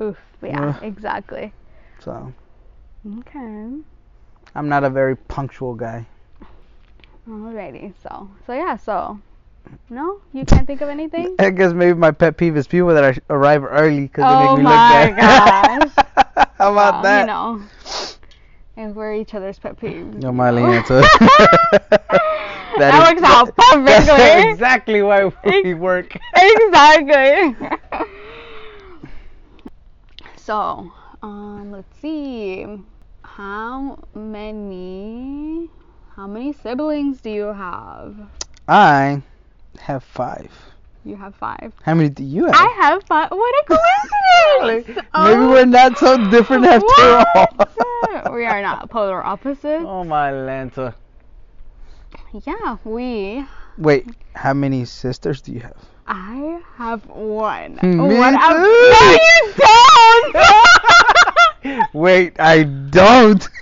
Speaker 2: oof, yeah,
Speaker 1: Ugh.
Speaker 2: exactly.
Speaker 1: So
Speaker 2: Okay.
Speaker 1: I'm not a very punctual guy.
Speaker 2: Alrighty. So so yeah. So no, you can't think of anything.
Speaker 1: I guess maybe my pet peeve is people that are, arrive early because
Speaker 2: Oh
Speaker 1: they make me
Speaker 2: my
Speaker 1: look bad. gosh! How about
Speaker 2: Well,
Speaker 1: that?
Speaker 2: You know. And we're each other's pet peeves.
Speaker 1: You're my answer.
Speaker 2: that works out perfectly.
Speaker 1: exactly why we work.
Speaker 2: exactly. so, um, let's see. How many how many siblings do you have?
Speaker 1: I have five.
Speaker 2: You have five.
Speaker 1: How many do you have?
Speaker 2: I have five. What a coincidence! Oh.
Speaker 1: Maybe we're not so different after
Speaker 2: what?
Speaker 1: all.
Speaker 2: we are not polar opposites.
Speaker 1: Oh my Lanta.
Speaker 2: Yeah, we.
Speaker 1: Wait, how many sisters do you have?
Speaker 2: I have one.
Speaker 1: Me
Speaker 2: one out-
Speaker 1: too.
Speaker 2: No, you don't.
Speaker 1: Wait, I don't.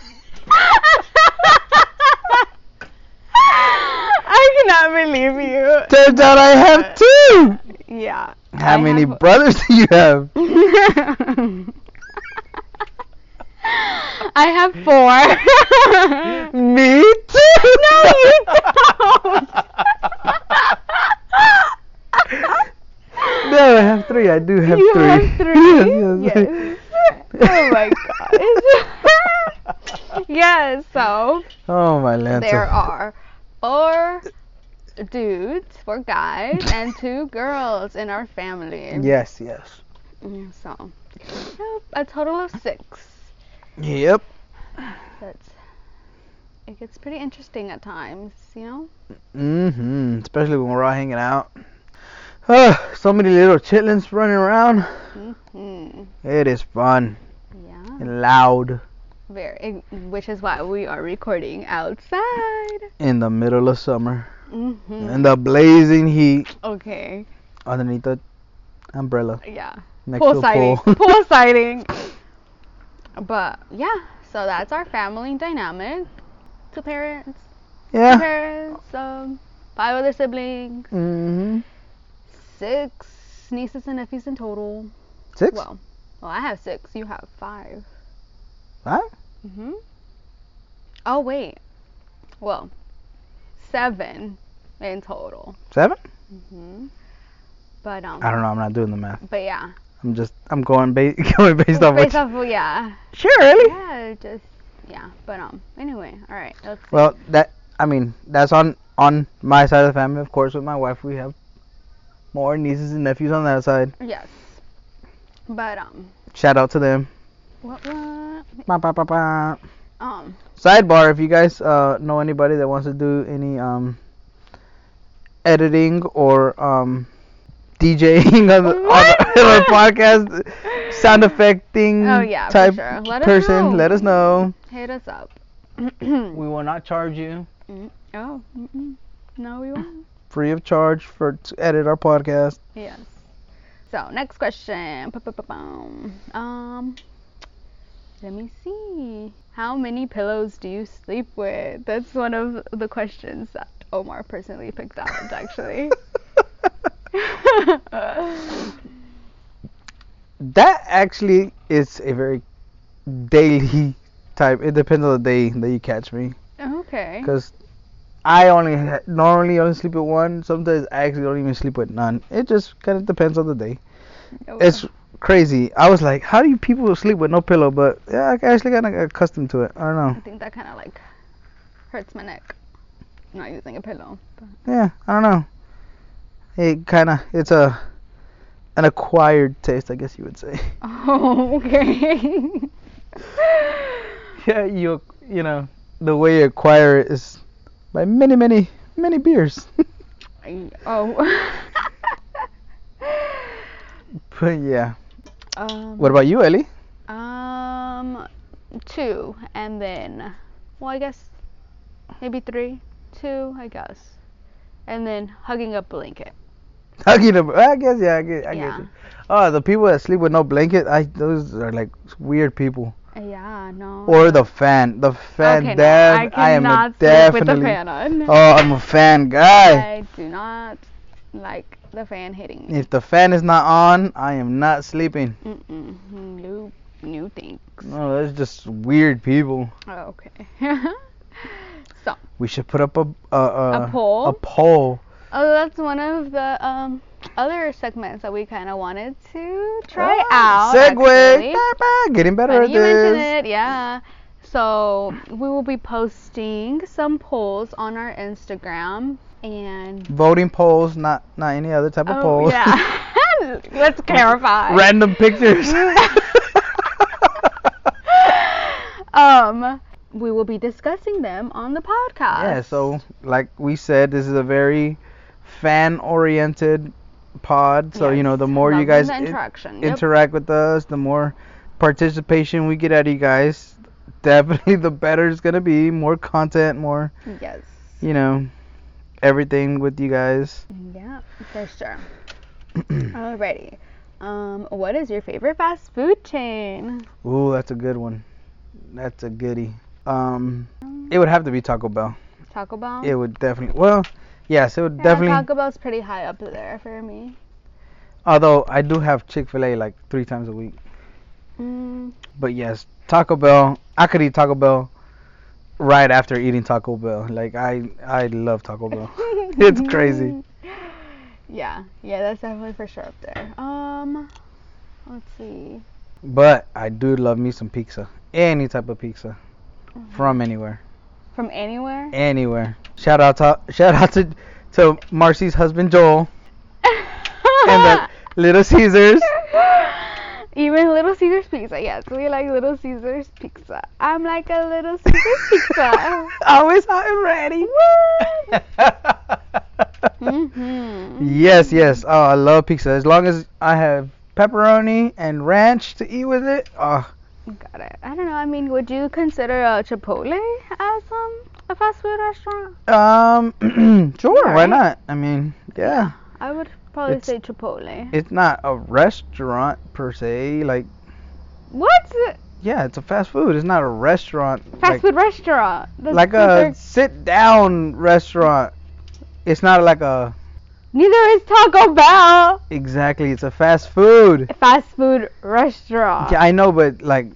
Speaker 2: I cannot believe you.
Speaker 1: Turns out I have two.
Speaker 2: Yeah.
Speaker 1: How
Speaker 2: I
Speaker 1: many
Speaker 2: have-
Speaker 1: brothers do you have?
Speaker 2: I have four.
Speaker 1: Me too.
Speaker 2: No, you don't.
Speaker 1: No, I have three. I do have
Speaker 2: you
Speaker 1: three.
Speaker 2: have three.
Speaker 1: Yes, yes.
Speaker 2: Oh my god. yes. So
Speaker 1: Oh my Lanta.
Speaker 2: there are four dudes, four guys, and two girls in our family.
Speaker 1: Yes, yes.
Speaker 2: Mm, So yep, a total of six.
Speaker 1: Yep.
Speaker 2: That's it gets pretty interesting at times, you know?
Speaker 1: Mm-hmm. Especially when we're all hanging out. Ah, so many little chitlins running around.
Speaker 2: hmm
Speaker 1: It is fun
Speaker 2: Yeah.
Speaker 1: and loud
Speaker 2: Very, eh, which is why we are recording outside.
Speaker 1: in the middle of summer
Speaker 2: hmm
Speaker 1: in the blazing heat
Speaker 2: Okay.
Speaker 1: underneath the umbrella
Speaker 2: Yeah.
Speaker 1: next
Speaker 2: Pool
Speaker 1: to
Speaker 2: sighting.
Speaker 1: a pool.
Speaker 2: Pool sighting. But yeah, so that's our family dynamic. Two parents, two
Speaker 1: yeah.
Speaker 2: parents, um, five other siblings,
Speaker 1: Mm-hmm.
Speaker 2: six nieces and nephews in total.
Speaker 1: Six?
Speaker 2: Well, well, I have six. You have five.
Speaker 1: Five? Mm-hmm.
Speaker 2: Mhm. Oh wait. Well, seven in total.
Speaker 1: Seven?
Speaker 2: Mhm. But um.
Speaker 1: I don't know. I'm not doing the math.
Speaker 2: But yeah.
Speaker 1: I'm just I'm going ba- going based off.
Speaker 2: Based
Speaker 1: what
Speaker 2: off, yeah.
Speaker 1: you- sure, really.
Speaker 2: Yeah, just yeah. But um, anyway, all right. Let's see.
Speaker 1: Well, that I mean that's on on my side of the family. Of course, with my wife, we have more nieces and nephews on that side.
Speaker 2: yes. But um,
Speaker 1: Shout out to them.
Speaker 2: what what
Speaker 1: Ba, ba, ba, ba.
Speaker 2: um
Speaker 1: Sidebar: If you guys uh, know anybody that wants to do any um, editing or um, DJing on the, on the, on the podcast, sound affecting
Speaker 2: Oh, yeah, for
Speaker 1: type
Speaker 2: sure. Let us
Speaker 1: person,
Speaker 2: know.
Speaker 1: let us know.
Speaker 2: hit us up.
Speaker 1: We will not charge you
Speaker 2: oh, mm-mm. no, we won't.
Speaker 1: free of charge for to edit our podcast.
Speaker 2: Yes. So next question. Pa-pa-pa-pum. Um, let me see. How many pillows do you sleep with? That's one of the questions that Omar personally picked out, actually.
Speaker 1: that actually is a very daily type. It depends on the day that you catch me.
Speaker 2: okay.
Speaker 1: Cause I only ha- normally only sleep with one. Sometimes I actually don't even sleep with none. It just kind of depends on the day.
Speaker 2: Oh,
Speaker 1: It's crazy. I was like, how do you people sleep with no pillow? But yeah, I actually got accustomed to it. I don't
Speaker 2: I
Speaker 1: know.
Speaker 2: think that kind of like hurts my neck. Not using a pillow.
Speaker 1: Yeah, I don't know. It kind of it's a an acquired taste, I guess you would say.
Speaker 2: Oh, okay.
Speaker 1: yeah, you you know the way you acquire it is by many many many beers.
Speaker 2: I- oh.
Speaker 1: but yeah.
Speaker 2: um,
Speaker 1: What about you, Ellie?
Speaker 2: Um, two, and then, well, I guess maybe three, two, I guess, and then hugging a blanket.
Speaker 1: Hugging a, I guess yeah, I get, I
Speaker 2: Yeah.
Speaker 1: get you. Oh, the people that sleep with no blanket, I those are like weird people.
Speaker 2: Uh, Yeah, no.
Speaker 1: Or the fan, the fan.
Speaker 2: okay,
Speaker 1: damn,
Speaker 2: no, I
Speaker 1: I am a
Speaker 2: cannot sleep with
Speaker 1: definitely.
Speaker 2: the fan on.
Speaker 1: Oh, I'm a fan guy.
Speaker 2: I do not like the fan hitting me.
Speaker 1: If the fan is not on, I am not sleeping.
Speaker 2: Mm-mm, new, new things.
Speaker 1: No, that's just weird people.
Speaker 2: Okay.
Speaker 1: We should put up a a, a,
Speaker 2: poll?
Speaker 1: A poll.
Speaker 2: Oh, that's one of the um other segments that we kind of wanted to try
Speaker 1: Oh,
Speaker 2: out.
Speaker 1: Segue.
Speaker 2: actually.
Speaker 1: Ba-ba, Getting better at
Speaker 2: Funny you
Speaker 1: this.
Speaker 2: mentioned it, yeah. So we will be posting some polls on our Instagram and Oh,
Speaker 1: Voting polls, not not any other type of poll.
Speaker 2: yeah. Let's clarify.
Speaker 1: Random pictures.
Speaker 2: Um, we will be discussing them on the podcast.
Speaker 1: Yeah, so like we said, this is a very fan oriented pod. So, you know, the
Speaker 2: Yes,
Speaker 1: more you
Speaker 2: loving
Speaker 1: guys
Speaker 2: the
Speaker 1: in-
Speaker 2: interaction, yep.
Speaker 1: interact with us, the more participation we get out of you guys, definitely the better it's going to be. More content, more,
Speaker 2: yes,
Speaker 1: you know, everything with you guys.
Speaker 2: yeah, for sure. Alrighty. Um, what is your favorite fast food chain?
Speaker 1: Ooh, that's a good one. That's a goodie. Um, it would have to be Taco Bell.
Speaker 2: Taco Bell.
Speaker 1: It would definitely, well, yes, it would
Speaker 2: Yeah,
Speaker 1: definitely.
Speaker 2: Taco Bell's pretty high up there for me.
Speaker 1: Although I do have Chick fil A like three times a week.
Speaker 2: Mm,
Speaker 1: But yes, Taco Bell. I could eat Taco Bell right after eating Taco Bell. Like I, I love Taco Bell. it's crazy.
Speaker 2: Yeah, yeah, that's definitely for sure up there. Um, let's see.
Speaker 1: But I do love me some pizza. Any type of pizza, from anywhere,
Speaker 2: From anywhere?
Speaker 1: anywhere. Shout out to shout out to to Marcy's husband Joel and the Little Caesars.
Speaker 2: Even Little Caesars Pizza. Yes, we like Little Caesars Pizza. I'm like a Little Caesars Pizza.
Speaker 1: Always hot and ready.
Speaker 2: mm-hmm.
Speaker 1: Yes, yes. Oh, I love pizza. As long as I have pepperoni and ranch to eat with it, oh,
Speaker 2: Got it. I don't know. I mean, would you consider a Chipotle as um, a fast food restaurant?
Speaker 1: um, sure, why
Speaker 2: Alright.
Speaker 1: not? I mean, yeah,
Speaker 2: I would probably
Speaker 1: It's-
Speaker 2: say Chipotle.
Speaker 1: it's not a restaurant per se. Like,
Speaker 2: what?
Speaker 1: yeah, it's a fast food. It's not a restaurant.
Speaker 2: Fast
Speaker 1: like,
Speaker 2: food restaurant. The
Speaker 1: like
Speaker 2: Caesar-
Speaker 1: a sit down restaurant. It's not like a
Speaker 2: Neither is Taco Bell.
Speaker 1: exactly. It's a fast food.
Speaker 2: Fast food restaurant.
Speaker 1: Yeah, I know, but like,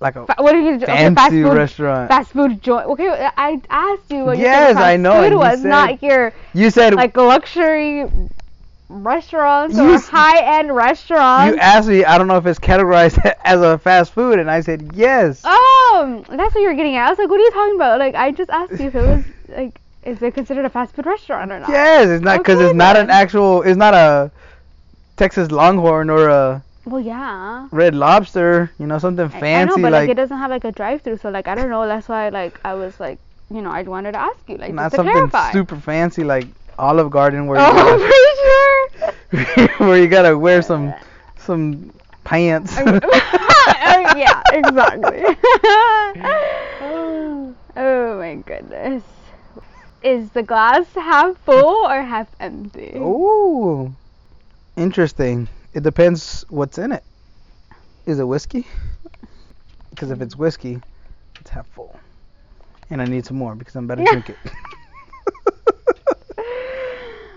Speaker 1: like a
Speaker 2: Fa- what did you do? okay, fast
Speaker 1: fancy
Speaker 2: food,
Speaker 1: restaurant.
Speaker 2: Fast food joint. Okay, I asked you what your
Speaker 1: Yes,
Speaker 2: favorite fast
Speaker 1: I know, and
Speaker 2: food
Speaker 1: you
Speaker 2: was,
Speaker 1: said-
Speaker 2: not your
Speaker 1: you said
Speaker 2: like luxury restaurants
Speaker 1: You
Speaker 2: or
Speaker 1: s-
Speaker 2: high end
Speaker 1: You
Speaker 2: restaurants.
Speaker 1: asked me, I don't know if it's categorized as a fast food, and I said yes.
Speaker 2: um, that's what you were getting at. I was like, what are you talking about? Like, I just asked you if it was like, is it considered a fast food restaurant or not?
Speaker 1: Yes, it's not because
Speaker 2: Okay,
Speaker 1: it's not an
Speaker 2: then.
Speaker 1: actual. It's not a Texas Longhorn or a
Speaker 2: Well, yeah.
Speaker 1: Red Lobster. You know, something
Speaker 2: I-
Speaker 1: fancy
Speaker 2: I know, but like,
Speaker 1: like,
Speaker 2: it doesn't have like a drive-through, so like I don't know. That's why like I was like, you know, I wanted to ask you like
Speaker 1: not
Speaker 2: just to
Speaker 1: something
Speaker 2: clarify.
Speaker 1: super fancy like Olive Garden where
Speaker 2: oh,
Speaker 1: you
Speaker 2: pretty sure.
Speaker 1: gotta, where you gotta wear some some pants.
Speaker 2: Uh, yeah, exactly. oh my goodness. Is the glass half full or half empty?
Speaker 1: Oh. Ooh, interesting. It depends what's in it. Is it whiskey? Because if it's whiskey, it's half full, and I need some more because I'm about to
Speaker 2: Yeah.
Speaker 1: drink it.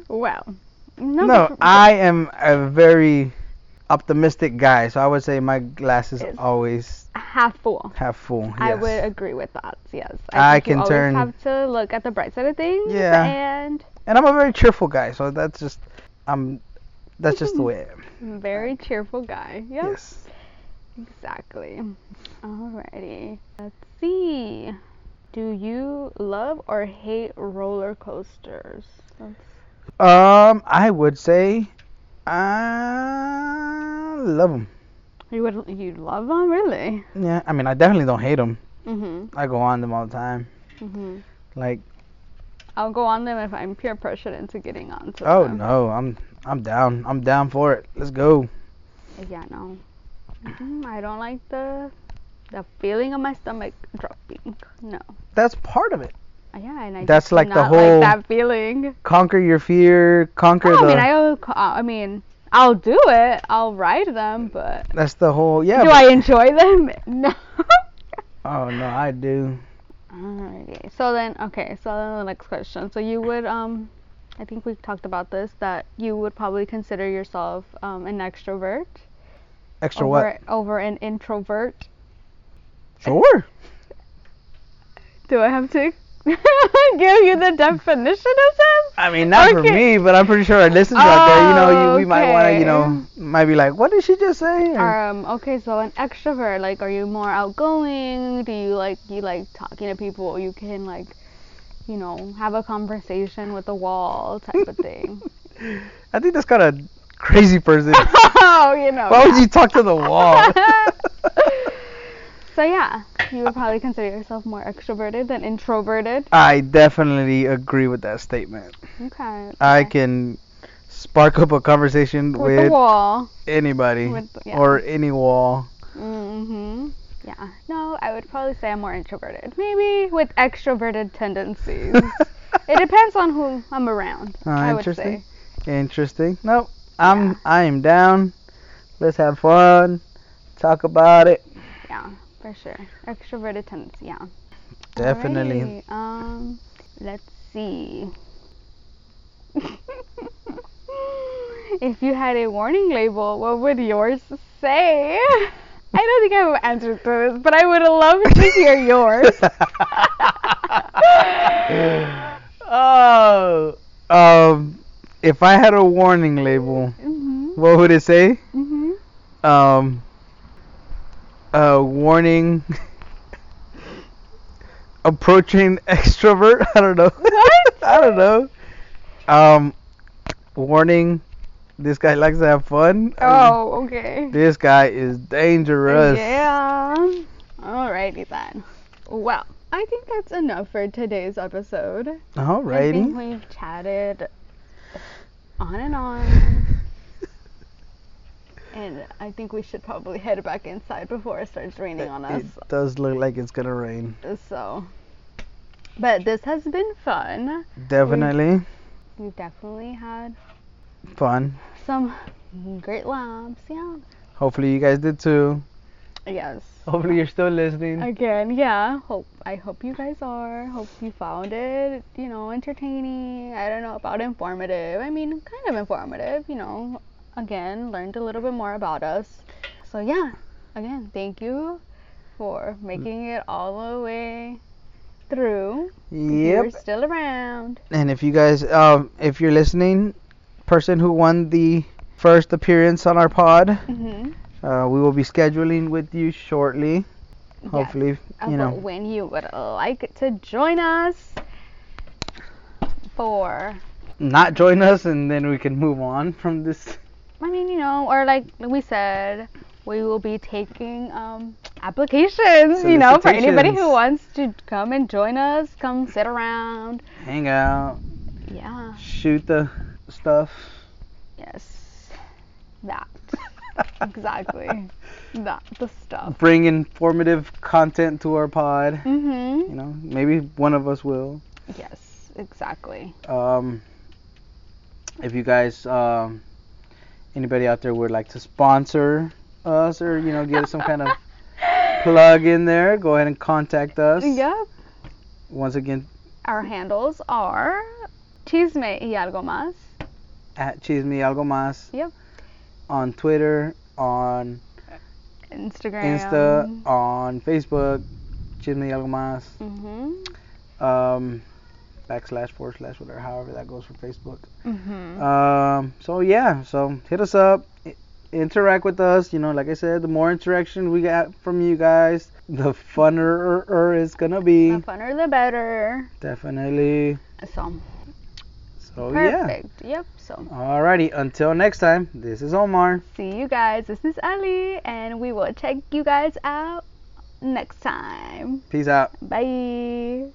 Speaker 2: Wow.
Speaker 1: No,
Speaker 2: but-
Speaker 1: I am a very optimistic guy, so I would say my glass is
Speaker 2: Yes.
Speaker 1: always
Speaker 2: half full.
Speaker 1: half full. Yes.
Speaker 2: I would agree with that. Yes.
Speaker 1: I
Speaker 2: think you
Speaker 1: can
Speaker 2: always
Speaker 1: turn-
Speaker 2: have to look at the bright side of things.
Speaker 1: Yeah.
Speaker 2: And
Speaker 1: And I'm a very cheerful guy, so that's just I'm that's just the way I am.
Speaker 2: very cheerful guy. Yes.
Speaker 1: Yes.
Speaker 2: Exactly. Alrighty. Let's see. Do you love or hate roller coasters? Let's
Speaker 1: Um, I would say I love them.
Speaker 2: You would you love them really?
Speaker 1: Yeah, I mean I definitely don't hate them.
Speaker 2: Mhm.
Speaker 1: I go on them all the time.
Speaker 2: Mhm.
Speaker 1: Like,
Speaker 2: I'll go on them if I'm peer pressured into getting on to
Speaker 1: oh
Speaker 2: them.
Speaker 1: no, I'm I'm down. I'm down for it. Let's go.
Speaker 2: Yeah, no. Mm-mm, I don't like the the feeling of my stomach dropping. No.
Speaker 1: That's part of it.
Speaker 2: Uh, Yeah, and I
Speaker 1: That's
Speaker 2: just do
Speaker 1: like the
Speaker 2: not
Speaker 1: whole-
Speaker 2: that feeling.
Speaker 1: Conquer your fear. Conquer
Speaker 2: No, Oh, I
Speaker 1: the.
Speaker 2: mean I will co- uh, I mean I'll do it. I'll ride them, but
Speaker 1: that's the whole. Yeah.
Speaker 2: do
Speaker 1: but-
Speaker 2: I enjoy them? No.
Speaker 1: Oh no, I do.
Speaker 2: Alrighty. So then, okay. So then the next question. So you would, um, I think we talked about this that you would probably consider yourself um, an extrovert
Speaker 1: Extra
Speaker 2: over
Speaker 1: what?
Speaker 2: over an introvert.
Speaker 1: Sure.
Speaker 2: Do I have to give you the definition of them?
Speaker 1: I mean, not for
Speaker 2: Okay.
Speaker 1: me, but I'm pretty sure our listeners out there, you know, you, we might want to, you know,
Speaker 2: Okay.
Speaker 1: might be like, what did she just say? Or-
Speaker 2: Um. Okay. So an extrovert, like, are you more outgoing? Do you like you like talking to people? You can like, you know, have a conversation with the wall type of thing.
Speaker 1: I think that's kind of crazy person.
Speaker 2: oh, you know.
Speaker 1: Why would you talk to the wall?
Speaker 2: So yeah, you would probably consider yourself more extroverted than introverted.
Speaker 1: I definitely agree with that statement.
Speaker 2: Okay.
Speaker 1: I
Speaker 2: okay.
Speaker 1: can spark up a conversation
Speaker 2: with, the
Speaker 1: with,
Speaker 2: wall.
Speaker 1: anybody
Speaker 2: With the- yeah.
Speaker 1: or any wall.
Speaker 2: Mhm. Yeah. No, I would probably say I'm more introverted. Maybe with extroverted tendencies. it
Speaker 1: it
Speaker 2: depends on who I'm around.
Speaker 1: Ah,
Speaker 2: I would
Speaker 1: interesting.
Speaker 2: say.
Speaker 1: Interesting. Nope. I'm I am down. Let's have fun. Talk about it.
Speaker 2: Yeah, for sure. Extroverted tendency. Yeah.
Speaker 1: Definitely.
Speaker 2: Alrighty, Um, let's see. if you had a warning label, what would yours say? I don't think I have answered to this, but I would love to hear yours.
Speaker 1: oh, um, if I had a warning label,
Speaker 2: Mhm.
Speaker 1: what would it say?
Speaker 2: Mhm.
Speaker 1: Um, uh, warning. approaching extrovert. I don't know. I don't know. Um, warning. This guy likes to have fun. I mean,
Speaker 2: Oh, okay.
Speaker 1: This guy is dangerous.
Speaker 2: Yeah. Alrighty then. Well, I think that's enough for today's episode. I think
Speaker 1: Alrighty.
Speaker 2: we've chatted on and on. and I think we should probably head back inside before it starts raining on us.
Speaker 1: It does look like it's gonna rain.
Speaker 2: So, but this has been fun.
Speaker 1: Definitely
Speaker 2: We've definitely had
Speaker 1: fun.
Speaker 2: some great laughs. Yeah.
Speaker 1: Hopefully you guys did too.
Speaker 2: Yes.
Speaker 1: Hopefully you're still listening.
Speaker 2: Again, yeah. Hope I hope you guys are. Hope you found it, you know, entertaining. I don't know about informative. I mean, kind of informative, you know. Again, learned a little bit more about us. So yeah. Again, thank you for making it all the way through. If
Speaker 1: Yep.
Speaker 2: You're still around.
Speaker 1: And if you guys, um, if you're listening, person who won the first appearance on our pod.
Speaker 2: hmm
Speaker 1: Uh, we will be scheduling with you shortly. Hopefully, you know.
Speaker 2: About when you would like to join us for
Speaker 1: not join us and then we can move on from this.
Speaker 2: I mean, you know, or like we said, we will be taking um, applications, you know, for anybody who
Speaker 1: Solicitations.
Speaker 2: wants to come and join us, come sit around.
Speaker 1: Hang out,
Speaker 2: Yeah,
Speaker 1: shoot the stuff.
Speaker 2: yes, that. exactly. That, the stuff.
Speaker 1: Bring informative content to our pod. You
Speaker 2: Mm-hmm.
Speaker 1: know, maybe one of us will.
Speaker 2: Yes, exactly.
Speaker 1: Um, if you guys, um, anybody out there would like to sponsor us or, you know, get some kind of plug in there, go ahead and contact us.
Speaker 2: Yep.
Speaker 1: Once again,
Speaker 2: Our handles are chisme y algo más.
Speaker 1: at Chisme Algo Mas.
Speaker 2: Yep.
Speaker 1: On Twitter, on
Speaker 2: Instagram.
Speaker 1: Insta, on Facebook, Chisme y Algo Más,
Speaker 2: Mm-hmm.
Speaker 1: um, backslash, forward slash, whatever, however that goes for Facebook.
Speaker 2: Mm-hmm.
Speaker 1: Um, so, yeah, so hit us up, i- interact with us. You know, like I said, the more interaction we got from you guys, the funner it's going to
Speaker 2: the
Speaker 1: be.
Speaker 2: funner, the better.
Speaker 1: Definitely.
Speaker 2: So,
Speaker 1: So, Oh, yeah.
Speaker 2: perfect. Yep. So,
Speaker 1: Alrighty, until next time, this is Omar.
Speaker 2: see you guys. This is Ali, and we will check you guys out next time.
Speaker 1: Peace out.
Speaker 2: Bye.